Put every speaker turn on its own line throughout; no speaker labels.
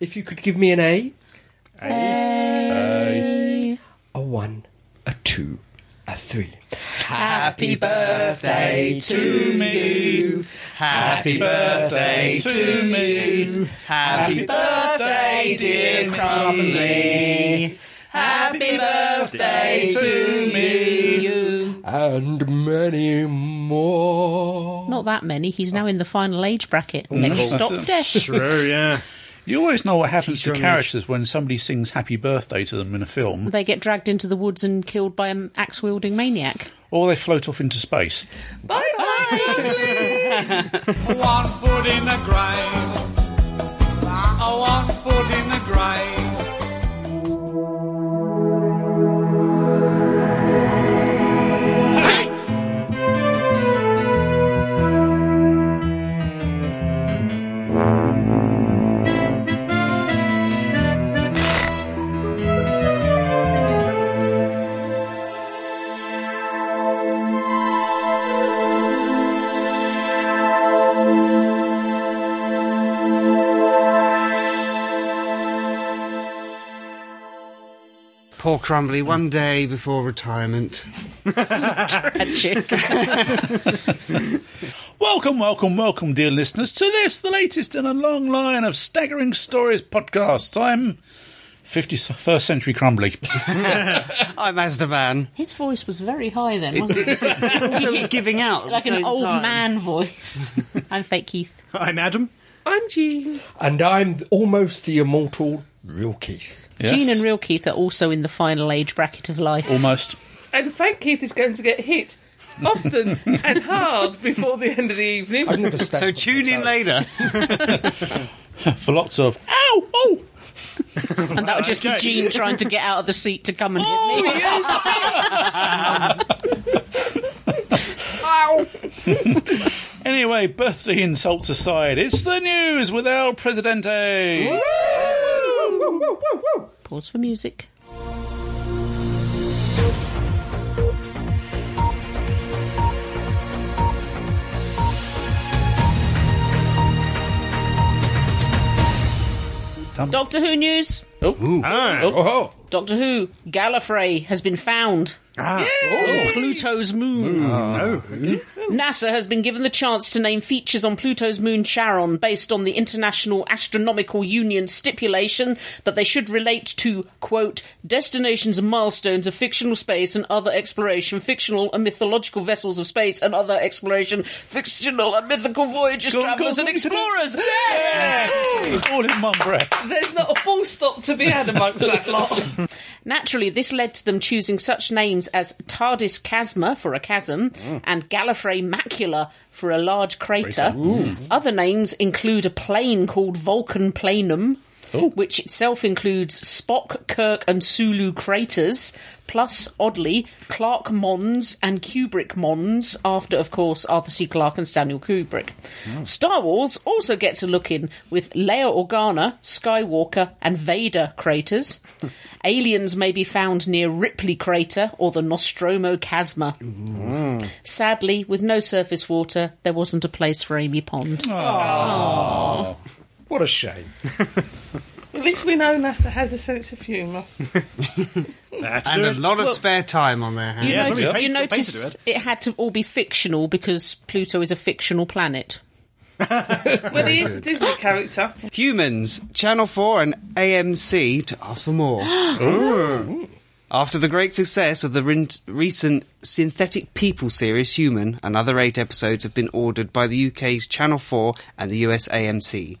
If you could give me an A,
Hey.
a one, a two, a three. Happy birthday to
me. Happy birthday to me. Happy birthday, dear Crumley. Happy birthday to me.
and many more.
Not that many. He's now in the final age bracket. Next
that's
stop
it.
death.
True, yeah.
You always know what happens to
Teacher image.
characters when somebody sings happy birthday to them in a film,
They get dragged into the woods and killed by an axe wielding maniac.
or they float off into space.
Bye bye.
One foot in the grave. One foot in the grave.
Poor Crumbly, one day before retirement.
Welcome, welcome, welcome, dear listeners, to this, the latest in a long line of staggering stories podcasts. I'm 51st Century Crumbly.
I'm Asdaban.
His voice was very high then, wasn't it?
also was giving out. at the
Like an
same
old
time.
man voice. I'm fake Keith.
I'm Adam.
I'm Jean.
And I'm almost the immortal Real Keith.
Yes.
Jean and real Keith are also in the final age bracket of life.
Almost.
And Frank Keith is going to get hit often and hard before the end of the evening.
I've never
So
stabbed
tune in later.
For lots of, ow, oh,
and that would just
okay.
be Jean trying to get out of the seat to come and hit me.
Anyway, birthday insults aside, it's the news with El Presidente.
Pause for music. Doctor Who news.
Oh,
Doctor Who. Gallifrey has been found.
Oh,
on Pluto's moon.
Ah,
NASA has been given the chance to name features on Pluto's moon Charon based on the International Astronomical Union stipulation that they should relate to, quote, destinations and milestones of fictional space and other exploration, fictional and mythological vessels of space and other exploration, fictional and mythical voyages,
Go on, go on,
travelers,
go
and
on,
explorers.
All in one breath.
There's not a full stop to be had amongst that lot.
Naturally, this led to them choosing such names as TARDIS Chasma for a chasm and Gallifrey Macula for a large crater. Mm. Other names include a plane called Vulcan Planum, which itself includes Spock, Kirk, and Sulu craters, plus, oddly, Clark Mons and Kubrick Mons, after, of course, Arthur C. Clarke and Stanley Kubrick. Star Wars also gets a look in with Leia Organa, Skywalker, and Vader craters. Aliens may be found near Ripley Crater or the Nostromo Chasma. Sadly, with no surface water, there wasn't a place for Amy Pond.
what a shame.
At least we know NASA has a sense of humour.
That's
and a
good.
lot of spare time on their hands.
You,
Yeah,
notice,
somebody
you
paid- got paid to do
notice it had to all be fictional because Pluto is a fictional planet.
Well, he is a Disney character.
Humans, Channel 4 and AMC to ask for more. After the great success of the rin- recent Synthetic People series, Human, another eight episodes have been ordered by the UK's Channel 4 and the US AMC.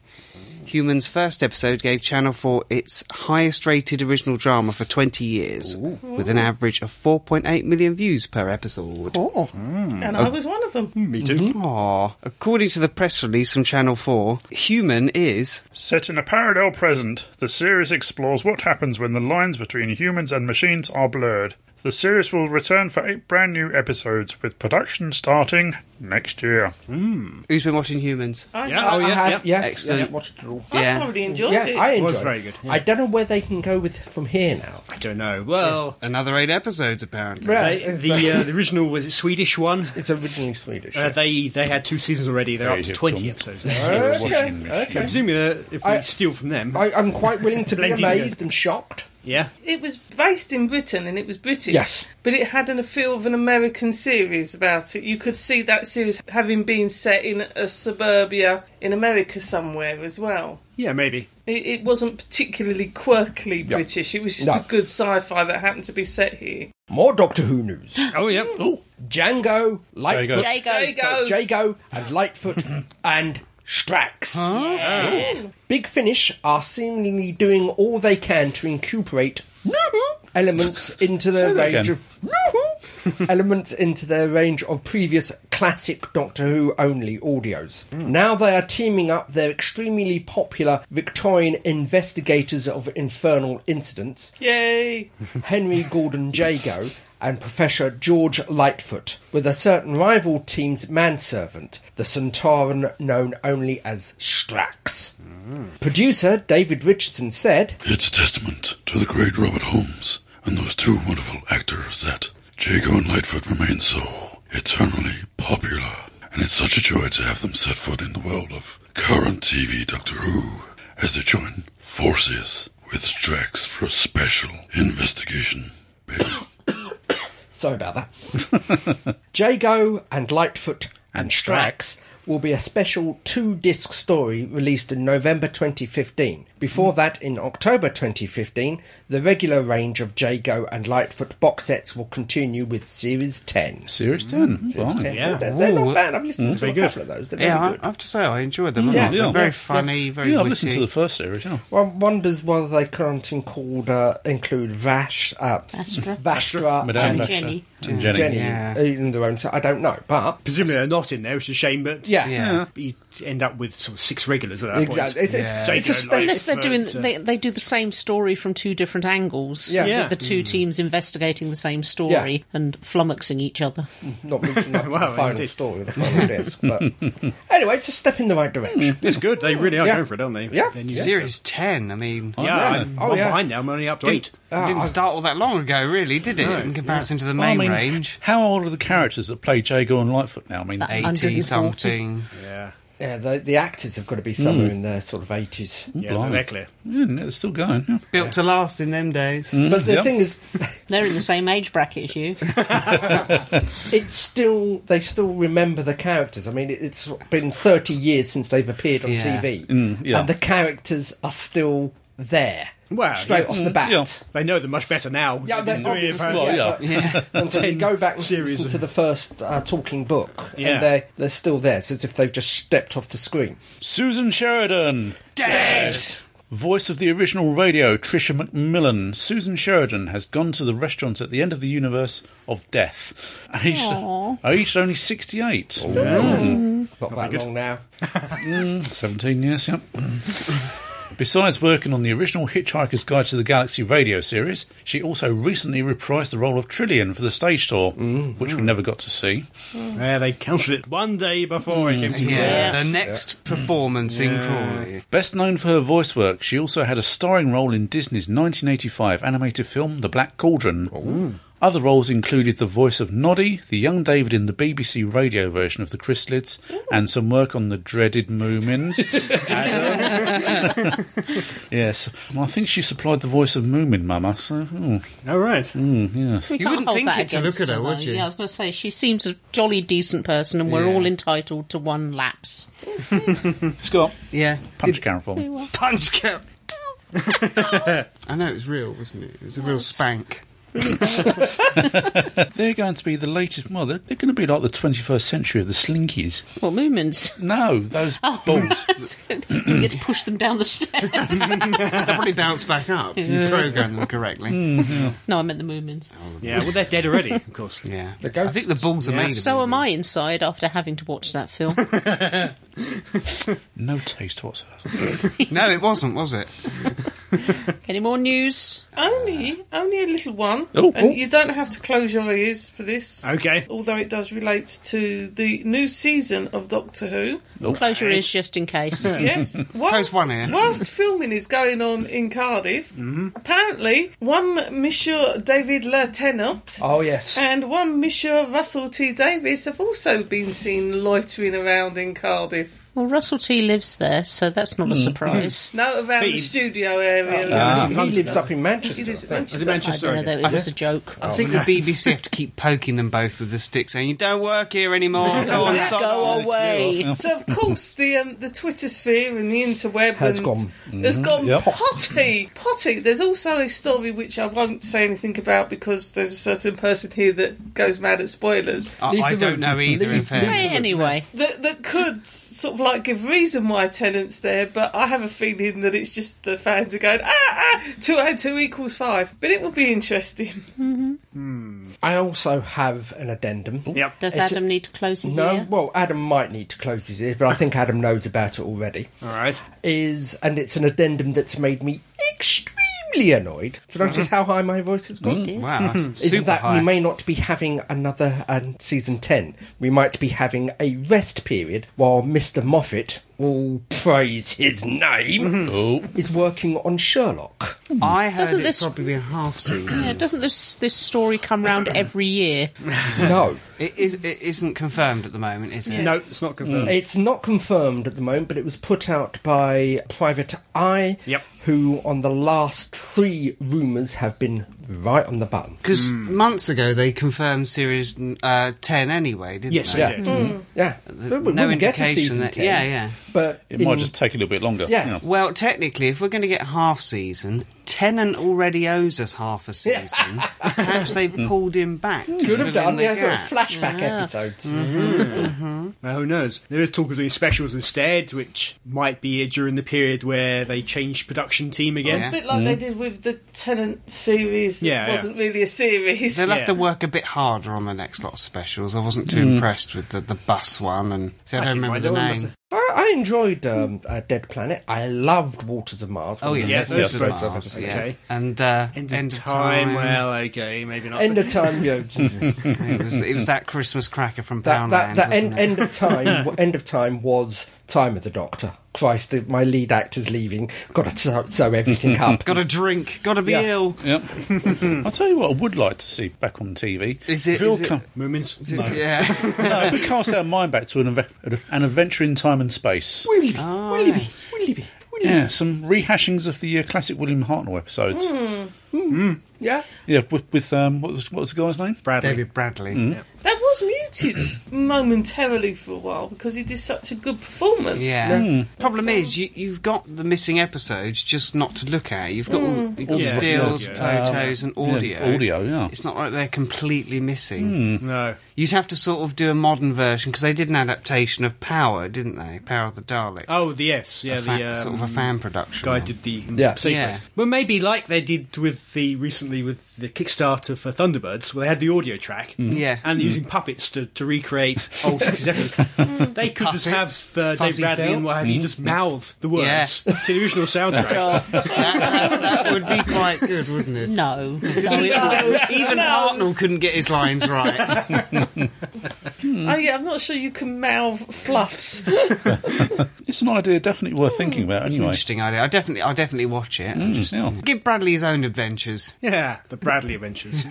Human's first episode gave Channel 4 its highest rated original drama for 20 years, with an average of 4.8 million views per episode.
And I was one of them.
Me too.
Aw. According to the press release from Channel 4, Human is
Set in a parallel present, the series explores what happens when the lines between humans and machines are blurred. The series will return for eight brand new episodes, with production starting next year.
Who's been watching Humans?
I
Yeah.
have-
Oh,
I have,
yeah.
yes,
Excellent.
yes, watched it all.
I
yeah.
thoroughly enjoyed
yeah,
it.
I
It
enjoyed.
was very good, yeah.
I don't know where they can go with from here now.
I don't know. Well,
Another eight episodes, apparently.
Right,
they, the uh, the original was it Swedish one.
it's originally Swedish.
Uh, they they had two seasons already. They're up to twenty episodes. now.
yeah. okay,
Washing
So
okay.
presumably, uh, if we
I-
steal from them,
I, I'm quite willing to be
Blended in.
amazed and shocked.
yeah,
It was based in Britain and it was British.
Yes.
But it had an, a feel of an American series about it. You could see that series having been set in a suburbia in America somewhere as well.
yeah, maybe.
It, it wasn't particularly quirkily British, it was just
No.
a good sci fi that happened to be set here.
More Doctor Who news.
Oh, yep.
Oh,
Django, Lightfoot,
Jago.
There you
Jago.
go.
Jago, and Lightfoot, and Strax. Big Finish are seemingly doing all they can to incorporate elements into their
that
range
again.
of elements into their range of previous classic Doctor Who only audios.
Hmm.
Now they are teaming up their extremely popular Victorian investigators of infernal incidents
Yay!
Henry Gordon Jago and Professor George Lightfoot, with a certain rival team's manservant, the Centauran known only as Strax. Producer David Richardson said,
It's a testament to the great Robert Holmes and those two wonderful actors that Jago and Lightfoot remain so eternally popular. And it's such a joy to have them set foot in the world of current TV Doctor Who as they join forces with Strax for a special investigation. Baby.
Sorry about that. Jago and Lightfoot and, Strax will be a special two disc story released in November 2015. Before that, in October 2015, the regular range of Jago and Lightfoot box sets will continue with Series 10.
Series 10. Fine.
They're, they're not bad. I've listened to a couple of those. They're
Yeah,
very
I,
good.
I have to say, I enjoyed them. Yeah.
yeah.
They're very
Yeah.
funny, very
Yeah, I've
witty.
listened to the first series, yeah.
One wonders whether they can't include, uh, include Vash, uh,
Vastra.
Vastra
Madame
and
Baxter.
Jenny.
And Jenny.
Jenny
Yeah.
in their own. I don't know, but
Presumably they're not in there, which is a shame. But uh,
yeah,
Yeah.
you end up with sort of six regulars at that
exactly.
point.
It's, it's-
Yeah.
it's a
Jago and
state
Lightfoot.
Unless they're doing,
But, uh,
they, they do the same story from two different angles.
Yeah.
Yeah.
With the two
Mm.
teams investigating the same story
Yeah.
and flummoxing each other.
not reaching up to
Well,
the final
indeed.
story of the final disc. But anyway, it's a step in the right direction.
It's good. They really are
Yeah.
going for it, aren't they?
Yeah.
They're new.
Series 10, I mean.
Yeah, I'm,
Oh,
I'm
yeah.
behind now. I'm only up to eight.
Ah,
it didn't
I-
start all that long ago, really, did it? in comparison to the
Well,
main
I mean,
range. Uh,
How old are the characters that play Jago and Lightfoot now? I mean,
That-
80
140.
something.
Yeah,
Yeah, the, the actors have got to be somewhere in their sort of 80s.
yeah,
Blimey.
they're clear.
yeah, they're still going. yeah.
Built to last in them days.
But the
yeah.
thing is,
They're in the same age bracket as you.
it's still they still remember the characters. I mean, it, it's been 30 years since they've appeared on
Yeah.
TV,
yeah.
and the characters are still there.
Wow,
straight
yeah.
off the bat.
yeah.
They know them much better now.
Yeah,
They
they're
didn't do it
obviously,
apparently.
Well,
yeah, but- and so you
Ten
go back and
series
listen
of-
to the first uh, talking book,
Yeah.
and they're, they're still there. It's as if they've just stepped off the screen.
Susan Sheridan.
Dead!
Voice of the original radio, Tricia McMillan. Susan Sheridan has gone to the restaurant at the end of the universe of death. Aged,
Aw.
aged only 68.
Not that long now.
17 years, yep. Besides working on the original Hitchhiker's Guide to the Galaxy radio series, she also recently reprised the role of Trillian for the stage tour,
Mm-hmm.
which we never got to see.
Yeah, they cancelled it one day before it came to
Mm, Yeah,
Yes.
the next performance in Crawley.
Best known for her voice work, she also had a starring role in Disney's 1985 animated film The Black Cauldron. Other roles included the voice of Noddy, the young David in the BBC radio version of The Chrysalids, and some work on the dreaded Moomins. And, um, yes, well, I think she supplied the voice of Moomin Mama, so hmm,
All right.
Mm.
We can't
wouldn't
hold
think
that
it to
against
look at her,
though.
would you?
Yeah, I was going to say, she seems a jolly decent person and we're
Yeah.
all entitled to one lapse.
Scott,
Yeah.
punch Karen for me.
Punch cap. I know it was real, wasn't it? It was a real spank.
They're going to be the latest, well, they're, they're going to be like the 21st century of the Slinkies.
Well, Moomins.
No, those balls.
you get to push them down the stairs.
They'll probably bounce back up if you program them
Hmm.
correctly.
no, I meant the Moomins.
Yeah, well, they're dead already, of course.
Yeah. I think the balls are made of
So
it.
am I inside after having to watch that film.
No taste whatsoever.
No, it wasn't, was it?
Any more news?
Only, only a little one.
Oh.
and
Oh.
you don't have to close your ears for this.
Okay.
Although it does relate to the new season of Doctor Who.
Close your ears just in case.
Yes. Whilst,
Close one ear.
Whilst filming is going on in Cardiff, apparently one Monsieur David Lieutenant
Oh, yes.
and one Monsieur Russell T. Davis have also been seen loitering around in Cardiff.
Well, Russell T lives there, so that's
Hmm.
not a surprise.
No, around the
Feed.
studio area.
he lives up in
He
Manchester.
lives at
I think.
Manchester.
I don't know, though, it was a joke.
Oh,
I think the BBC have to keep poking them both with the stick, saying, "You don't work here anymore. Go on, sod
Go
off."
away.
So of course the um, the Twitter sphere and the interweb
Has
and
gone. Mm-hmm.
has gone
Yep.
potty potty. There's also a story which I won't say anything about because there's a certain person here that goes mad at spoilers
I,
Leave
I
the room.
don't know either. In
Leave.
fairness,
Say it anyway.
that that could sort of like give reason why tenants there. But I have a feeling that it's just the fans are going ah ah two and two equals five. But it will be interesting.
I also have an addendum.
Yep.
Does
It's-
Adam need to close his
No,
ear?
well, Adam might need to close his ears, but I think Adam knows about it already.
All right.
Is and it's an addendum that's made me extremely annoyed. So notice how high my voice has gone.
Wow, that's
Is
super
that
high.
we may not be having another um, season ten? We might be having a rest period while Mister Moffat, all praise his name,
Oh,
is working on Sherlock.
I heard
Doesn't
it's
this-
probably a half season.
Yeah, doesn't this this story come round every year?
no,
It, is, it isn't confirmed at the moment, is it? Mm.
No, it's not
Um,
confirmed.
It's not confirmed at the moment, but it was put out by Private Eye,
Yep.
who on the last three rumours have been right on the button.
Because months ago they confirmed series uh, 10 anyway, didn't
Yes,
they?
yeah.
Yeah, Mm. yeah. But we
no
wouldn't get to
indication
season
that-
10,
yeah, yeah.
But
it might
in-
just take a little bit longer.
Yeah.
you know.
Well, technically, if we're going to get half season, Tennant already owes us half a season. Perhaps they pulled him back. to
could
fill
have
in
done
the Mm-hmm.
yeah, sort of
gap.
flashback episodes.
Well, who knows? There is talk of doing specials instead, which might be during the period where they change production team again.
yeah.
A bit like
Mm.
they did with the Tenant series. That
Yeah, yeah.
wasn't really a series.
They'll
Yeah.
have to work a bit harder on the next lot of specials. I wasn't
Mm.
too impressed with the, the bus one, and see, I don't
didn't
remember
mind
the
that one,
name.
but-
I, I enjoyed um, uh, Dead Planet. I loved Waters of Mars.
Oh,
One of
yeah,
the
Yeah,
best
that's
those
episodes
were
I've ever
Mars,
seen.
yeah.
Okay.
And uh,
End, of time, Well, okay, maybe not.
End of time. Yeah.
it, was, it was that Christmas cracker from
That,
Poundland.
that, that
wasn't
end, end
it?
of time. end of time was time of the Doctor. Christ, the, my lead actor's leaving. Got to sew, sew everything up.
Got to drink. Got to be
Yeah.
ill.
Yep. I'll tell you what I would like to see back on TV.
Is it-
If we all
is it-
come-
Moomins. No.
Yeah.
no, if we cast our mind back to an, ave- an adventure in time and space.
Willy, Willy,
nice.
Willy, Willy.
Yeah, some rehashings of the uh, classic William Hartnell episodes.
Hmm.
Yeah.
Yeah, with, with um, what was what was the guy's name?
Bradley.
David Bradley.
That was muted momentarily for a while because he did such a good performance.
Yeah. Problem is, you, you've got the missing episodes just not to look at. You've got all,
Mm.
you've got
Yeah.
stills,
Yeah.
photos, and audio.
Yeah, audio, yeah.
It's not like they're completely missing.
Mm.
No.
You'd have to sort of do a modern version because they did an adaptation of Power, didn't they? Power of the Daleks.
Oh, the yes, yeah,
a fa-
the um,
sort of a fan production.
guy
one.
did the
Yeah.
sequence.
Yeah.
Well, maybe like they did with the recently with the Kickstarter for Thunderbirds, where they had the audio track,
Yeah.
and using puppets to, to recreate old sixties They could
Puppets,
just have uh, Dave
fuzzy
Bradley
felt.
and what have you just mouth the words to the original soundtrack.
God,
that, that would be quite good, wouldn't it?
no.
Even Hartnell couldn't get his lines right.
Oh yeah, I'm not sure you can mouth fluffs.
It's an idea definitely worth thinking about. Anyway,
Interesting idea. I definitely, I definitely watch it.
Mm, yeah.
Give Bradley his own adventures.
yeah, the Bradley Adventures.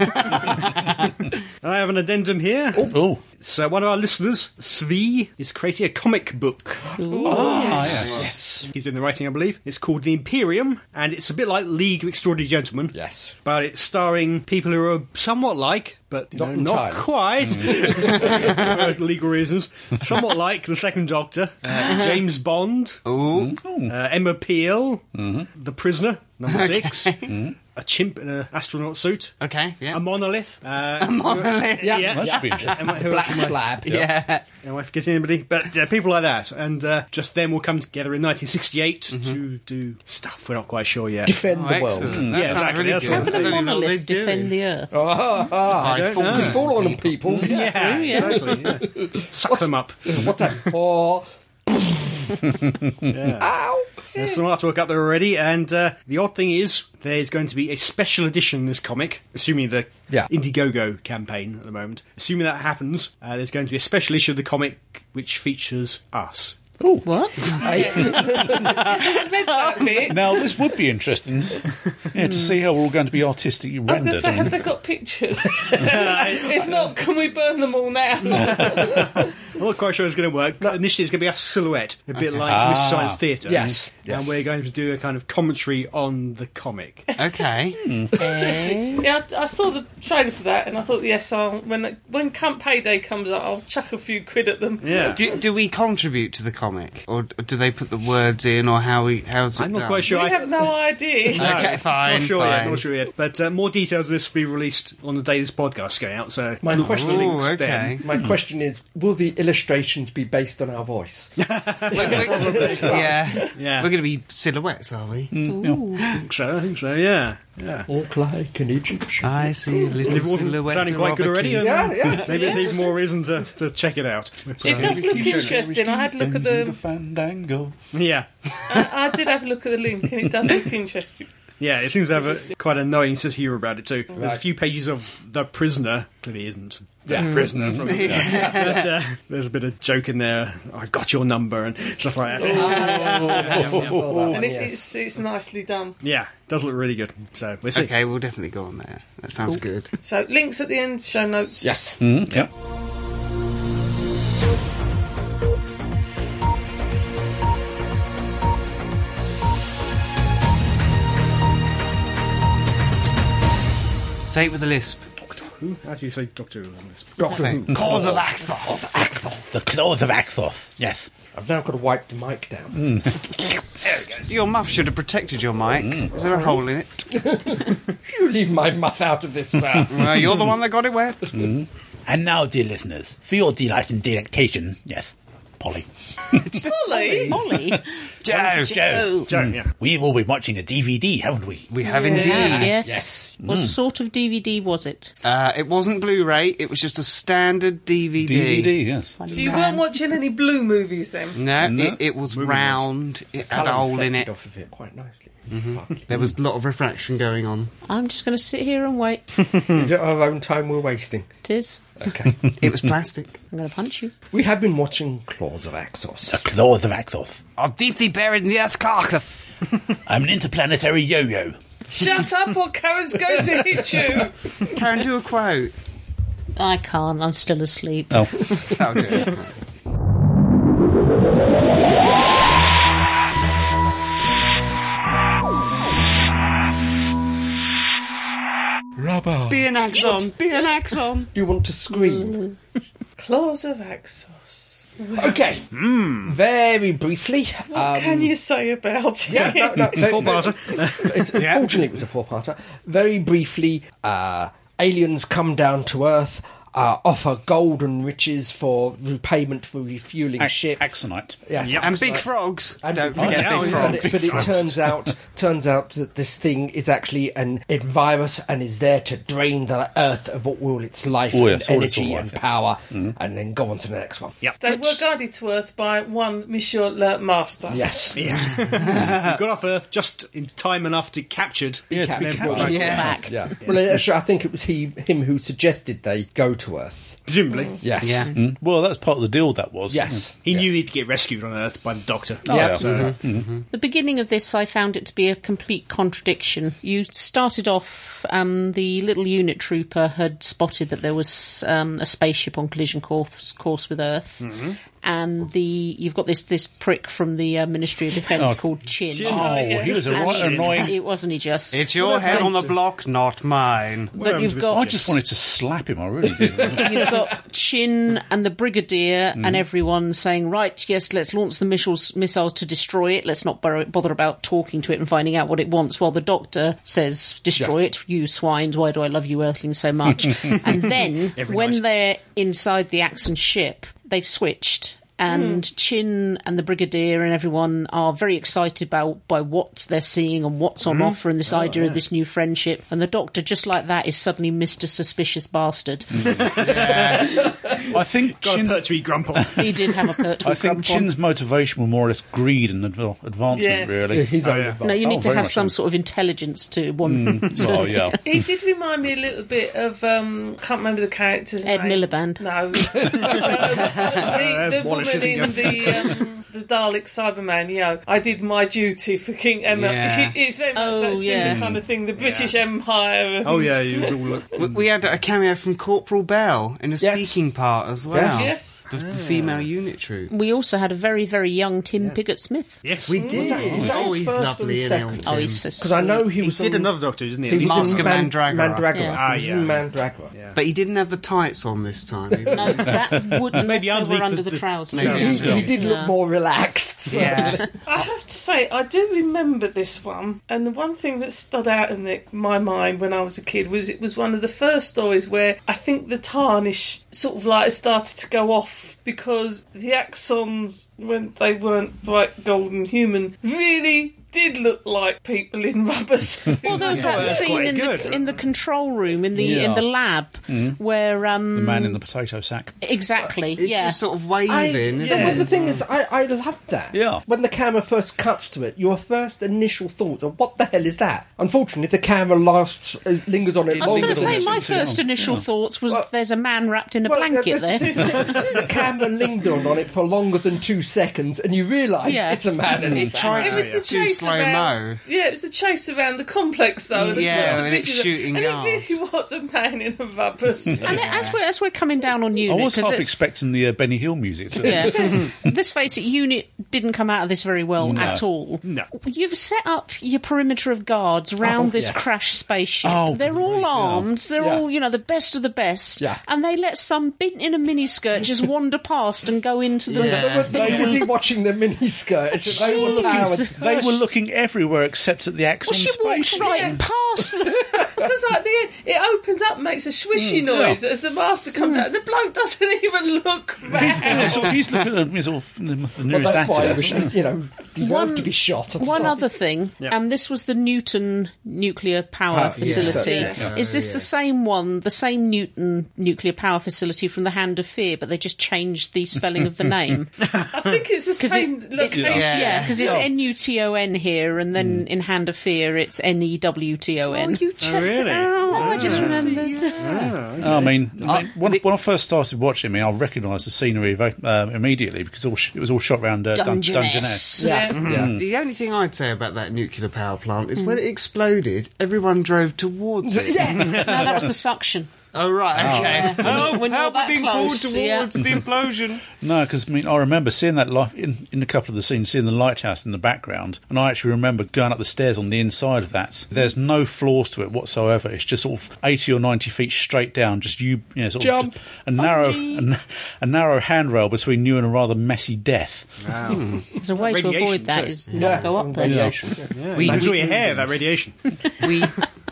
I have an addendum here.
Oh,
So one of our listeners, Svi, is creating a comic book. Oh,
ah, yes.
He's doing the writing, I believe. It's called The Imperium, and it's a bit like League of Extraordinary Gentlemen.
Yes.
But it's starring people who are somewhat like, but you know,
Not
not,
entirely.
quite, for legal reasons, somewhat like the Second Doctor, uh, James Bond,
Mm.
Ooh,
uh, Emma Peel, The Prisoner, number six, a chimp in an astronaut suit,
okay, yeah.
a monolith. Uh,
Yeah.
Yeah.
That should be interesting.
and who
Black
else am I-
slab.
yeah.
I won't forget anybody, but uh, people like that, and uh, just them will come together in 1968 to do stuff. We're not quite sure yet.
Defend
Oh,
the world.
excellent.
Mm.
Yeah,
That sounds
exactly,
really
that's
good.
How
what I'm
can a
They know what
monolith
they do.
defend the Earth?
Ah, ah,
I
don't know.
ah. Fall on people.
Yeah,
yeah.
exactly. yeah. Suck them up.
What's that? Oh,
Yeah.
ow.
There's some artwork up there already, and uh, the odd thing is there's going to be a special edition of this comic, assuming the
Yeah.
Indiegogo campaign at the moment. Assuming that happens, uh, there's going to be a special issue of the comic which features us.
What?
I read that bit.
Now, this would be interesting yeah, to see how we're all going to be artistically
I was going
rendered.
to say, have
and-
they got pictures?
Uh,
if not, can we burn them all now?
I'm not quite sure it's going to work. but Initially, it's going to be a silhouette, a bit like Miss Science Theatre.
Yes, yes.
And we're going to do a kind of commentary on the comic.
Okay.
Seriously. Yeah, I, I saw the trailer for that and I thought, yes, I'll, when when Camp Payday comes up, I'll chuck a few quid at them.
Yeah.
Do, do we contribute to the comic, or do they put the words in, or how we how's it
I'm not
done?
quite sure.
We
I-
have no idea.
No,
Okay, fine,
Not sure yet.
fine.
Not sure yet. But uh, more details of this will be released on the day this podcast's going out. So
My
look for
question-
links
Ooh,
then.
okay.
My question is, will the illustrations be based on our voice?
yeah.
Yeah. Mm.
We're going to be silhouettes, are we?
I think so. I think so. Yeah.
Look like an Egyptian.
I see a little
It wasn't
silhouette.
sounding
of
quite good
Robert
already.
Keith.
then.
Yeah, yeah.
Maybe there's even more reason to, to check it out.
It does look interesting. I had a look at the,
Fandango.
Yeah.
I, I did have a look at the link, and it does look interesting.
Yeah, it seems to have a, quite a knowing sense of humour about it too. There's a few pages of The Prisoner. Clearly isn't. The Prisoner from... but, uh, there's a bit of joke in there. I got your number and stuff like that.
Ah, I saw that one,
And it,
yes.
it's it's nicely done.
Yeah, does look really good. So we'll see.
Okay, we'll definitely go on there. That sounds good.
So links at the end, show notes.
Yes.
Mm, yeah.
Say it with a lisp.
Who? How do you say Doctor Who on this?
Doctor Who.
Claws of Axoth. The claws of Axoth. Yes.
I've now got to wipe the mic down.
Your muff should have protected your mic.
Mm.
Is there a hole in it?
You leave my muff out of this, uh, sir.
Mm.
No, you're the one that got it wet.
And now, dear listeners, for your delight and delectation, yes, Polly,
Molly,
Molly?
Joe, Hmm.
Joe.
Joe, yeah.
we've all been watching a DVD, haven't we?
We have indeed.
Yes. What sort of DVD was it?
Uh, it wasn't Blu-ray. It was just a standard DVD.
yes.
so you weren't watching any blue movies then?
No, It, it was round. It had a
Alan
hole in
fetched
it. Mm-hmm.
off of it quite nicely.
There was a lot of refraction going on.
I'm just going to sit here and wait.
Is it our own time we're wasting?
Tis.
Okay.
It was plastic.
I'm going to punch you.
we have been watching Claws of Axos.
Claws of Axoth.
I'm deeply buried in the Earth's carcass.
I'm an interplanetary yo-yo.
Shut up, or Karen's going to hit you.
Karen, do a quote.
I can't. I'm still asleep.
Oh,
That'll do it.
Rubber.
Be an axon. Be an axon.
You want to scream?
Claws of Axos.
Okay.
Hmm.
Very briefly.
What
um,
can you say about it?
yeah, no, no. so-
Four-parter.
it's, Fortunately, it was a four-parter. Very briefly, uh, aliens come down to Earth, uh, offer gold and riches for repayment for refueling ship.
Axonite.
Yes,
And big frogs.
And-
Don't forget
Yeah,
big
But
frogs.
it, but it turns out turns out that this thing is actually an it virus and is there to drain the earth of all its life
Oh,
and
yes, all its
energy
life,
and
yes.
power, and then go on to the next one.
Yep.
They were guided to Earth by one Monsieur Le Master.
Yes.
We got off Earth just in time enough to captured.
Yeah, to be
captured.
captured.
Yeah.
Back.
Yeah. Well, actually, I think it was he him who suggested they go to Earth.
Presumably,
Yes.
Yeah.
Well, that's part of the deal, that was.
Yes.
he knew he'd get rescued on Earth by the Doctor.
Oh,
Yeah. Mm-hmm.
yeah.
The beginning of this, I found it to be a complete contradiction. You started off, um, the little unit trooper had spotted that there was um, a spaceship on collision course, course with Earth,
Mm-hmm.
and the you've got this this prick from the uh, Ministry of Defence
Oh,
called Chin.
Oh, he was a right annoying...
It wasn't he just?
It's your head on the block, not mine.
but you've
I
got
just wanted to slap him, I really did.
you've got Chin and the Brigadier and everyone saying, right, yes, let's launch the missiles, missiles to destroy it. Let's not bor- bother about talking to it and finding out what it wants. While the Doctor says, destroy it, you swines. Why do I love you Earthlings so much? and then when they're inside the Axon ship, they've switched. and Chin and the Brigadier and everyone are very excited about by what they're seeing and what's on offer and this idea of this new friendship. And the Doctor, just like that, is suddenly Mister Suspicious Bastard.
I think
Got
Chin-
a pertwee grump on.
he did have a pert.
I think Chin's motivation were more or less greed and adv- advancement,
Yes.
really.
His own
yeah.
advice.
No, you
Oh,
need to
very
have
much
some
so.
sort of intelligence to one.
Oh, yeah.
He did remind me a little bit of um, can't remember the character's
Ed
name.
Miliband.
No, Um, the, the
There's one
woman
sitting
in the um, the Dalek Cyberman. You know, I did my duty for King Emma.
Yeah.
She, it's very much
Oh,
that similar
yeah.
kind of thing. The British Empire. And,
Oh yeah, he was all.
We- We had a cameo from Corporal Bell in a
Yes.
speaking part as well.
Yes. Ah.
Yes.
The, the female unit troop.
We also had a very, very young Tim Pigott Smith.
Yes,
We did.
is Mm. that
oh,
his
he's
first
lovely,
and
isn't he, old
second?
Oh,
Tim?
he's so
Because I know he
he
was
did
on,
another Doctor, didn't he?
He was
Mask
in
of
Man-
Mandragora.
Mandragora.
Yeah.
Ah,
he was
yeah.
in Mandragora.
But he didn't have the tights on this time. He was-
No, that would maybe they were
underneath
under
the-
the,
the-
trousers.
Maybe.
He did look more relaxed. so-
yeah.
I have to say, I do remember this one, and the one thing that stood out in the, my mind when I was a kid was it was one of the first stories where I think the tarnish sort of like started to go off because the axons, when they weren't bright golden human, really did look like people in rubbers.
Well, there was that
that's
scene
quite
in
good.
the in the control room in the in
Yeah. Mm.
the lab where um
The man in the potato sack.
exactly
It's
yeah
just sort of waving.
I-
isn't
yeah, well,
it?
the thing is, I, I love that.
Yeah.
When the camera first cuts to it, your first initial thoughts are, what the hell is that? Unfortunately, the camera lasts, uh, lingers on it longer
I was going to
Lingered
than
say
on
it
my
it too
first
long.
initial
Yeah.
thoughts was
Well-
there's a man wrapped in a
Well,
blanket
this-
there.
the camera lingered on it for longer than two seconds, and you realise
Yeah.
it's a man in a
It
sack.
tried
It
to
was the
do
chase
slow
around.
mo.
Yeah, it was the chase around the complex though. And
Yeah,
across the
and it's
bridges,
shooting
and
guards.
it really was a man in a rubbers.
And as we're as we're coming down on
I
unit,
was
'cause
half
it's-
expecting the uh, Benny Hill music. To
yeah, let's face it, unit didn't come out of this very well at all.
No.
You've set up your perimeter of guards round
Oh,
this
yes.
crash spaceship.
Oh,
they're all armed. They're
Yeah.
all you know the best of the best.
Yeah.
And they let some bint in a miniskirt just wander past and go into the
They were so busy watching the miniskirt. It's- They were powered.
They were looking everywhere except at the Axon
Well, she walked
spaceship.
right past them.
Because like the it opens up, makes a swishy
Hmm.
noise as the master comes out, and the bloke doesn't even look
Yeah,
round.
so Oh, he's looking at me sort of the, the
Well,
nearest
that's why I wish,
at it.
you know, deserved
One-
to be shot.
One other thing, and this was the Newton nuclear power
Power, yeah.
facility.
Yeah.
Is this the same one, the same Newton nuclear power facility from the Hand of Fear, but they just changed the spelling of the name?
I think it's the same
it-
location.
Yeah.
yeah, because it's N U T O N here, and then in Hand of Fear it's N E W T O N.
Oh,
you checked
really?
Oh, I just remembered.
I mean, I
uh,
mean when, when I first started watching, I mean, I recognised the scenery very, um, immediately because all sh- it was all shot around uh, Dun-
Dungeness.
Dungeness.
Yeah. yeah.
The only thing I'd say about that nuclear power plant is when it exploded, everyone drove towards it.
Yes!
No, that was the suction.
Oh, right, okay. Help,
When you're
help,
that
we're being
close,
pulled
yeah.
towards the implosion.
No, because I mean, I remember seeing that light in, in a couple of the scenes, seeing the lighthouse in the background, and I actually remember going up the stairs on the inside of that. There's no floors to it whatsoever. It's just sort of eighty or ninety feet straight down, just you, you know, sort
Jump.
of just a narrow, a, a narrow handrail between you and a rather messy death.
There's a way to
Radiation
avoid that
too.
is
Yeah.
not go up there.
Radiation.
Yeah,
We-
we,
we-
your hair that radiation.
we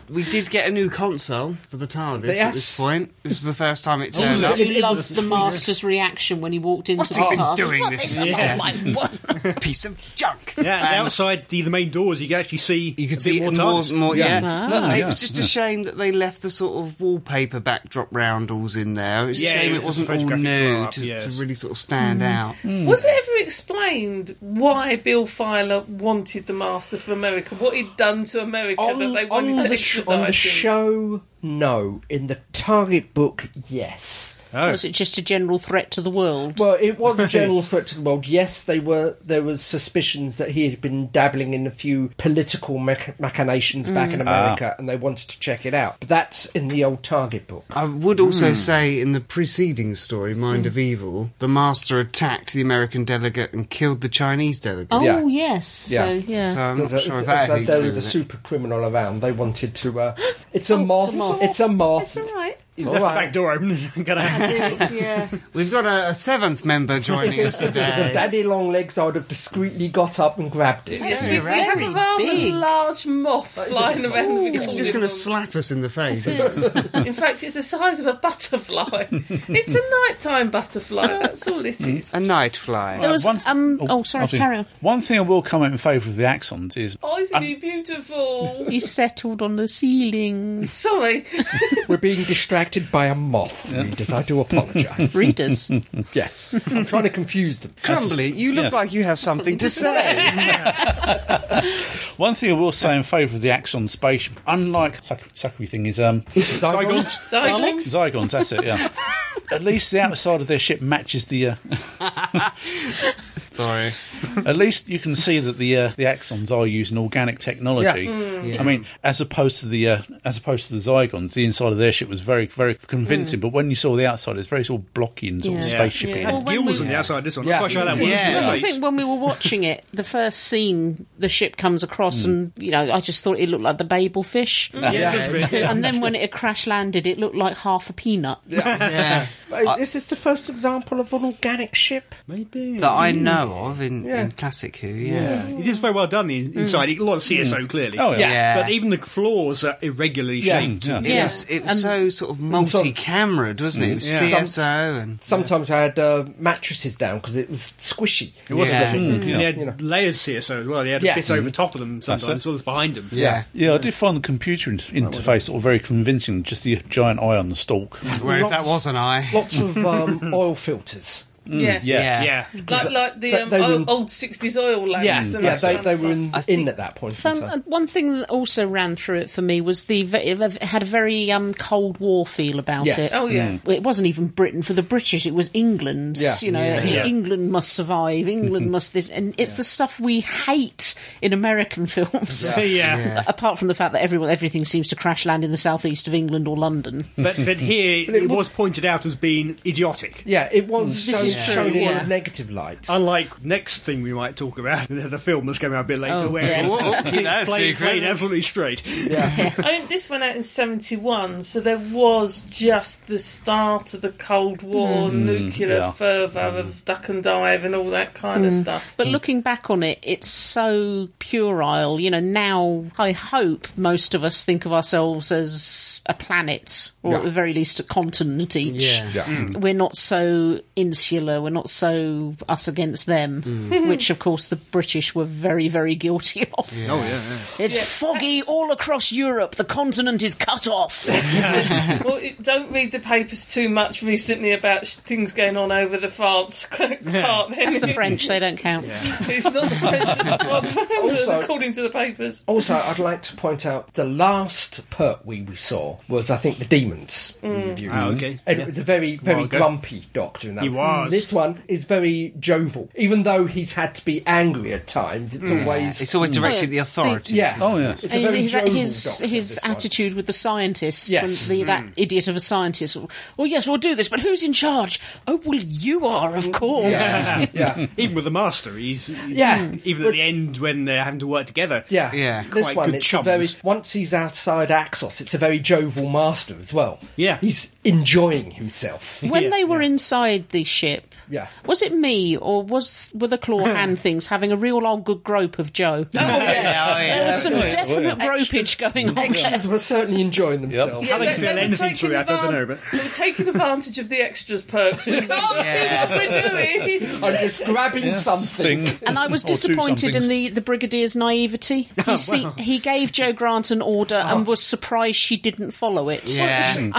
we did get a new console for the TARDIS at
Yes.
this point. This is the first time it turned
was
up.
it?
You loved the master's reaction when he walked into
What's
the
he been
car.
doing
What
this
is-
year?
I'm like, "Oh, what?
Piece of junk.
Yeah, and outside the, the main doors, you can actually see.
You could
a
see
bit
it
more.
more,
TARDIS.
more yeah.
Ah,
Look, it
yeah,
was just
yeah.
a shame that they left the sort of wallpaper backdrop roundels in there. It's
Yeah,
a shame
it
it,
was
wasn't
just
all
photographic
new
blow-up,
to,
yes.
to really sort of stand out.
Was it ever explained why Bill Filer wanted the master for America? What he'd done to America that
on,
they
on
wanted to
the sh- on the
extradite him?
show, no. In the target book, yes.
Oh.
Was it just a general threat to the world?
Well, it was a general threat to the world. Yes, they were. There was suspicions that he had been dabbling in a few political mach- machinations back in America,
Ah.
and they wanted to check it out. But that's in the old Target book.
I would also say in the preceding story, Mind of Evil, the Master attacked the American delegate and killed the Chinese delegate.
oh,
yeah.
yes.
Yeah.
So, yeah.
So uh, I'm
So
not
that-
sure if
so
that
that
had anything
there
to
was
do
a
with it.
super criminal around. They wanted to. Uh, it's a Oh, moth. It's a moth.
It's all right.
He's
all
left
right.
the back door open. Gotta have
yeah.
We've got a, a seventh member joining us
If it was a
today.
daddy long legs, I would have discreetly got up and grabbed it.
Yes,
very
we've never rather
big.
large moth flying around.
It's just going to slap us in the face. isn't it?
In fact, it's the size of a butterfly. it's a nighttime butterfly. That's all it
Hmm.
is.
A night fly.
There was, um, oh, sorry,
after you.
carry on.
One thing I will comment in favour of the axons is
Oh, isn't he beautiful?
You settled on the ceiling.
Sorry.
We're being distracted by a moth, readers. I do apologise.
Readers.
yes, I'm trying to confuse them.
Crumbly, you look
yes.
like you have something to say.
one thing I will say in favour of the axon spaceship. Unlike suck- suckery thing is um
Zygons.
Zygons.
Mm,
Zygons. That's it. Yeah. At least the outside of their ship matches the. Uh,
Sorry.
at least you can see that the uh, the axons are using organic technology.
Yeah.
I mean, as opposed to the uh, as opposed to the Zygons, the inside of their ship was very very convincing. But when you saw the outside, it's very sort of blocky and sort of
Yeah.
spaceshipy.
Yeah. Well, when
gills
we-
on the outside of this one.
Yeah.
I'm quite sure that was.
Yeah.
I
Yeah.
think when we were watching it, the first scene, the ship comes
Mm.
across, and you know, I just thought it looked like the Babel fish. and then when it had crash landed, it looked like half a peanut.
Yeah.
But this is the first example of an organic ship.
Maybe.
That I know of in,
Yeah.
in Classic Who, yeah.
It is very well done the inside. You can like, see it so clearly.
Oh yeah.
Yeah.
But even the floors are irregularly
Yeah.
shaped.
Yeah.
and-
Yeah.
It was, it was
And-
so sort of
sort of-
multi-camered, wasn't it? It was
Yeah.
CSO and
Sometimes I had uh, mattresses down because it was squishy.
It was
Yeah.
yeah.
Mm, yeah.
They had
You know.
layers CSO as well. They had a
Yes.
bit over top of them sometimes,
it.
as well as behind them.
yeah.
Yeah, I did find the computer in- interface sort of very convincing. Just the giant eye on the stalk.
Well, if that
Lots-
was an eye,
Lots of um, oil filters.
yes.
yeah.
Yeah.
Like, like the
that
um,
they were-
old, old 60s oil lamps.
Yeah,
and
yeah,
that
they,
kind
they
of
were in,
stuff. I
in
think-
at that point. in
Um,
time.
and one thing that also ran through it for me was the ve- it had a very um, Cold War feel about
Yes.
it.
Oh, yeah.
Well, It wasn't even Britain for the British; it was England.
Yeah.
You know, England must survive. England must this, and it's the stuff we hate in American films.
So, yeah.
Apart from the fact that everyone, everything seems to crash land in the southeast of England or London.
But, but here, it, was pointed out as being idiotic.
Yeah, it was
This
shown,
is true,
shown in
yeah.
a negative light.
Unlike next thing we might talk about, the the film that's coming out a bit later,
Oh,
where
yeah.
Oh, oh, keep that a
it's played,
secret.
played absolutely straight.
I mean, this went out in 71, so there was just the start of the Cold War,
Mm.
Mm,
nuclear
yeah.
fervour of duck and dive and all that kind of
Mm.
stuff.
Hmm.
But looking back on it, it's so puerile. You know, now I hope most of us think of ourselves as a planet, or at
Yeah.
the very least a continent each.
Yeah.
Yeah.
We're not so insular, we're not so us against them,
Mm.
which of course the British were very, very guilty of.
Oh, yeah.
It's foggy all across Europe, the continent is cut off.
well, it, don't read the papers too much recently about sh- things going on over the France part.
That's the French, they don't count.
It's not the French that's the problem,
Also-
according to the papers.
Also, I'd like to point out the last pert we we saw was, I think, the demons. review.
Ah, okay.
And
Yeah.
it was a very, very
Well, go-
grumpy doctor in that.
He
one.
was.
This one is very jovial, even though he's had to be angry at times.
Mm.
It's always
it's always directed at the authorities.
yeah.
Oh yes.
It's a
And
very
his
jovial
his,
doctor,
his
this one.
attitude with the scientists,
Yes.
when the, that
Mm.
idiot of a scientist, well, yes, we'll do this, but who's in charge? Oh, well, you are, of course.
Yeah, yeah,
Even with the master, he's, he's-
Yeah.
Even at the end when they're having to work together,
yeah.
Yeah.
This
Quite
one,
good
it's
chums.
a very. Once he's outside Axos, it's a very jovial master as well.
Yeah.
he's enjoying himself.
When
Yeah,
they were inside the ship,
Yeah.
was it me or was were the claw hand things having a real old good grope of Joe?
Yeah, oh, yeah.
There was some definite gropage going on.
Extras were certainly enjoying themselves.
How they feel anything
taking
through that, I don't
advan-
know, but-
They were taking advantage of the extras perks. We can't see what we're doing.
I'm just grabbing something.
Thing.
And I was
Or two
disappointed in the,
somethings.
the Brigadier's naivety. He, see, he gave Joe Grant an order and was surprised she didn't follow it.
Yeah.
I mean,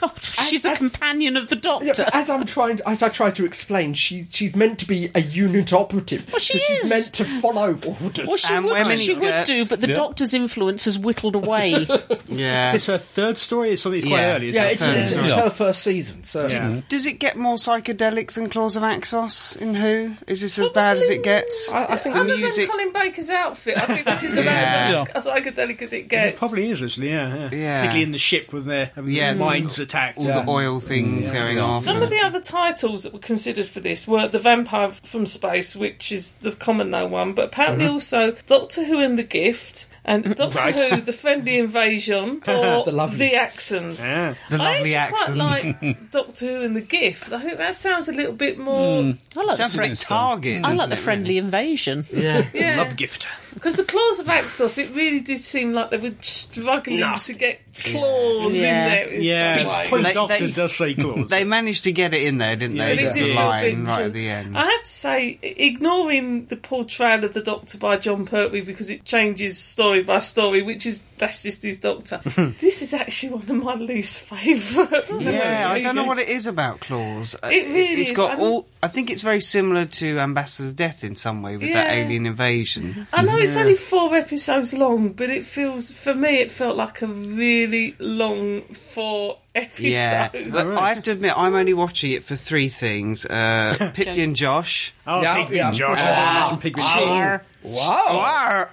God, she's a
as-
companion of the
Yeah,
Doctor.
but as I'm trying, as I try to explain, she she's meant to be a unit operative.
Well, she
so
is.
she's meant to follow orders.
Well, she
And
would,
women's
she would
skirts.
do, but the
Yeah.
Doctor's influence has whittled away.
Yeah.
it's her third story. It's something that's quite
Yeah.
early. Isn't
yeah,
it?
it's, it's, it's
Yeah.
her first season, so
Yeah.
Does it get more psychedelic than Claws of Axos in Who? Is this as bad as it gets?
I, I think
The
the
Other
music-
than Colin Baker's outfit, I think that is about
Yeah.
as, as psychedelic as it
It
gets.
probably is actually, yeah, yeah.
Yeah.
Particularly in the ship when they're having
Yeah,
their minds attacked.
All the oil things going on.
Some of the other titles that were considered for this were The Vampire from Space, which is the common known one, but apparently also Doctor Who and The Gift. and Doctor Who, The Friendly Invasion, or
The
The,
Lovelies.
Accents.
Yeah.
The lovely
I actually
accents.
quite like Doctor Who and The Gift. I think that sounds a little bit more.
I like
Sounds
the,
like
Sinister.
Target.
I like
doesn't
the
it,
friendly invasion.
really? Yeah.
Yeah.
Love gift.
Because the claws of Axos, it really did seem like they were struggling
Enough.
to get claws
Yeah.
in there. in some
Yeah,
way.
Point
They-
Doctor
they-
does say claws.
They managed to get it in there, didn't
Yeah,
they?
they
There's
did.
a
It
line
was
right at
interesting.
the end.
I have to say, ignoring the portrayal of the Doctor by John Pertwee because it changes story by story, which is that's just his Doctor. this is actually one of my least favourite.
Yeah, I don't know what it is about Claws. Uh,
It really
it's
is.
got
I'm-
all. I think it's very similar to Ambassador's Death in some way with that
Yeah.
alien invasion.
I know it's only four episodes long, but it feels for me it felt like a really long four episodes.
Yeah, but I have to admit, I'm only watching it for three things: uh, Pippi and Josh.
Oh,
Yeah,
Pigman
yeah.
Josh.
Wow.
Wow. Pigman
Wow. Wow.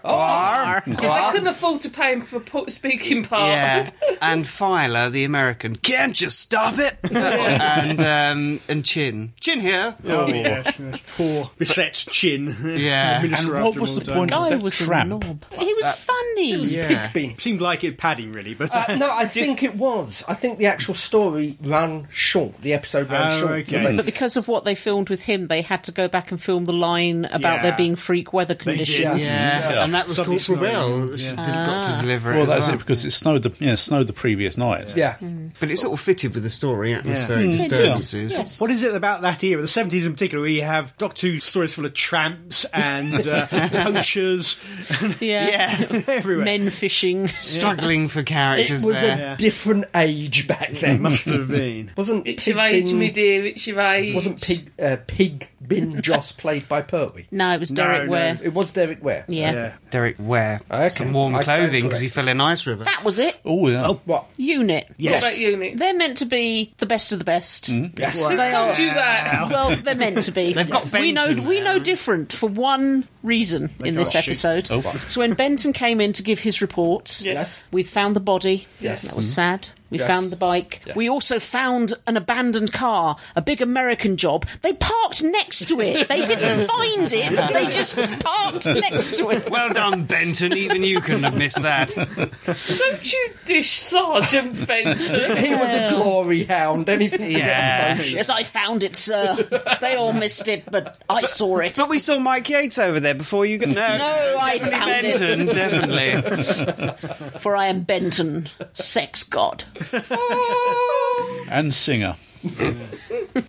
Oh, Arr, arr.
I couldn't afford to pay him for po- speaking part.
Yeah, and Filer, the American. Can't you stop it? and um, and Chin, Chin here.
Oh, yes. yes. Poor. Beset's chin.
Yeah.
And
Minister
what
after
was
all
the point
time.
of
Guy
that
was
tramp?
a knob. He was funny.
Yeah.
Bean.
Seemed like it padding, really, but.
Uh, no, I think it was. I think the actual story ran short. The episode ran
Oh,
short.
okay.
they-
But because of what they filmed with him, they had to go back and film the line about
Yeah.
there being freak weather
Yeah.
conditions.
and that was
Something
Corporal
snowing.
Bell.
Yeah.
She did, got to deliver it.
Well,
as
that's
well.
it because it snowed the yeah, snowed the previous night.
yeah.
Mm.
But it's all fitted with the story, atmosphere, and
did.
disturbances.
Yes.
What is it about that era, the 70s in particular, where you have Doctor Who stories full of tramps and uh, punctures
Yeah.
Yeah.
everywhere?
Men fishing.
Struggling for characters
it was
there.
a different age back
It
then.
must have been.
wasn't
It's
Pig
your age,
Bin-
me dear. It's your age.
Wasn't Pig uh, Pig Bin Joss played by Pertwee?
No, it was Derek
no.
Ware.
It was Derek Ware.
Yeah.
Yeah.
Derek Ware
Okay.
some warm
I stand
clothing
corrected.
because he fell in Ice River.
That was it.
Oh yeah.
What?
Unit.
What
Yes.
about unit?
They're meant to be the best of the best.
Yes.
Who
They
told
are-
you that?
Well, they're meant to be.
They've got
we know
Benton
we know
now.
different for one reason in this
can't shoot.
episode. So when Benton came in to give his report,
Yes.
we found the body.
Yes.
that was sad. We
Yes.
found the bike. We also found an abandoned car, a big American job. They parked next to it. They didn't find it. They just parked next to it.
Well done, Benton. Even you couldn't have missed that.
Don't you dish Sergeant Benton.
He was a glory hound. Anything
Yeah.
to get
Yes, I found it, sir. They all missed it, but I saw it.
But we saw Mike Yates over there before you got. No.
No, I found
Benton,
it.
definitely.
For I am Benton, sex god.
And singer.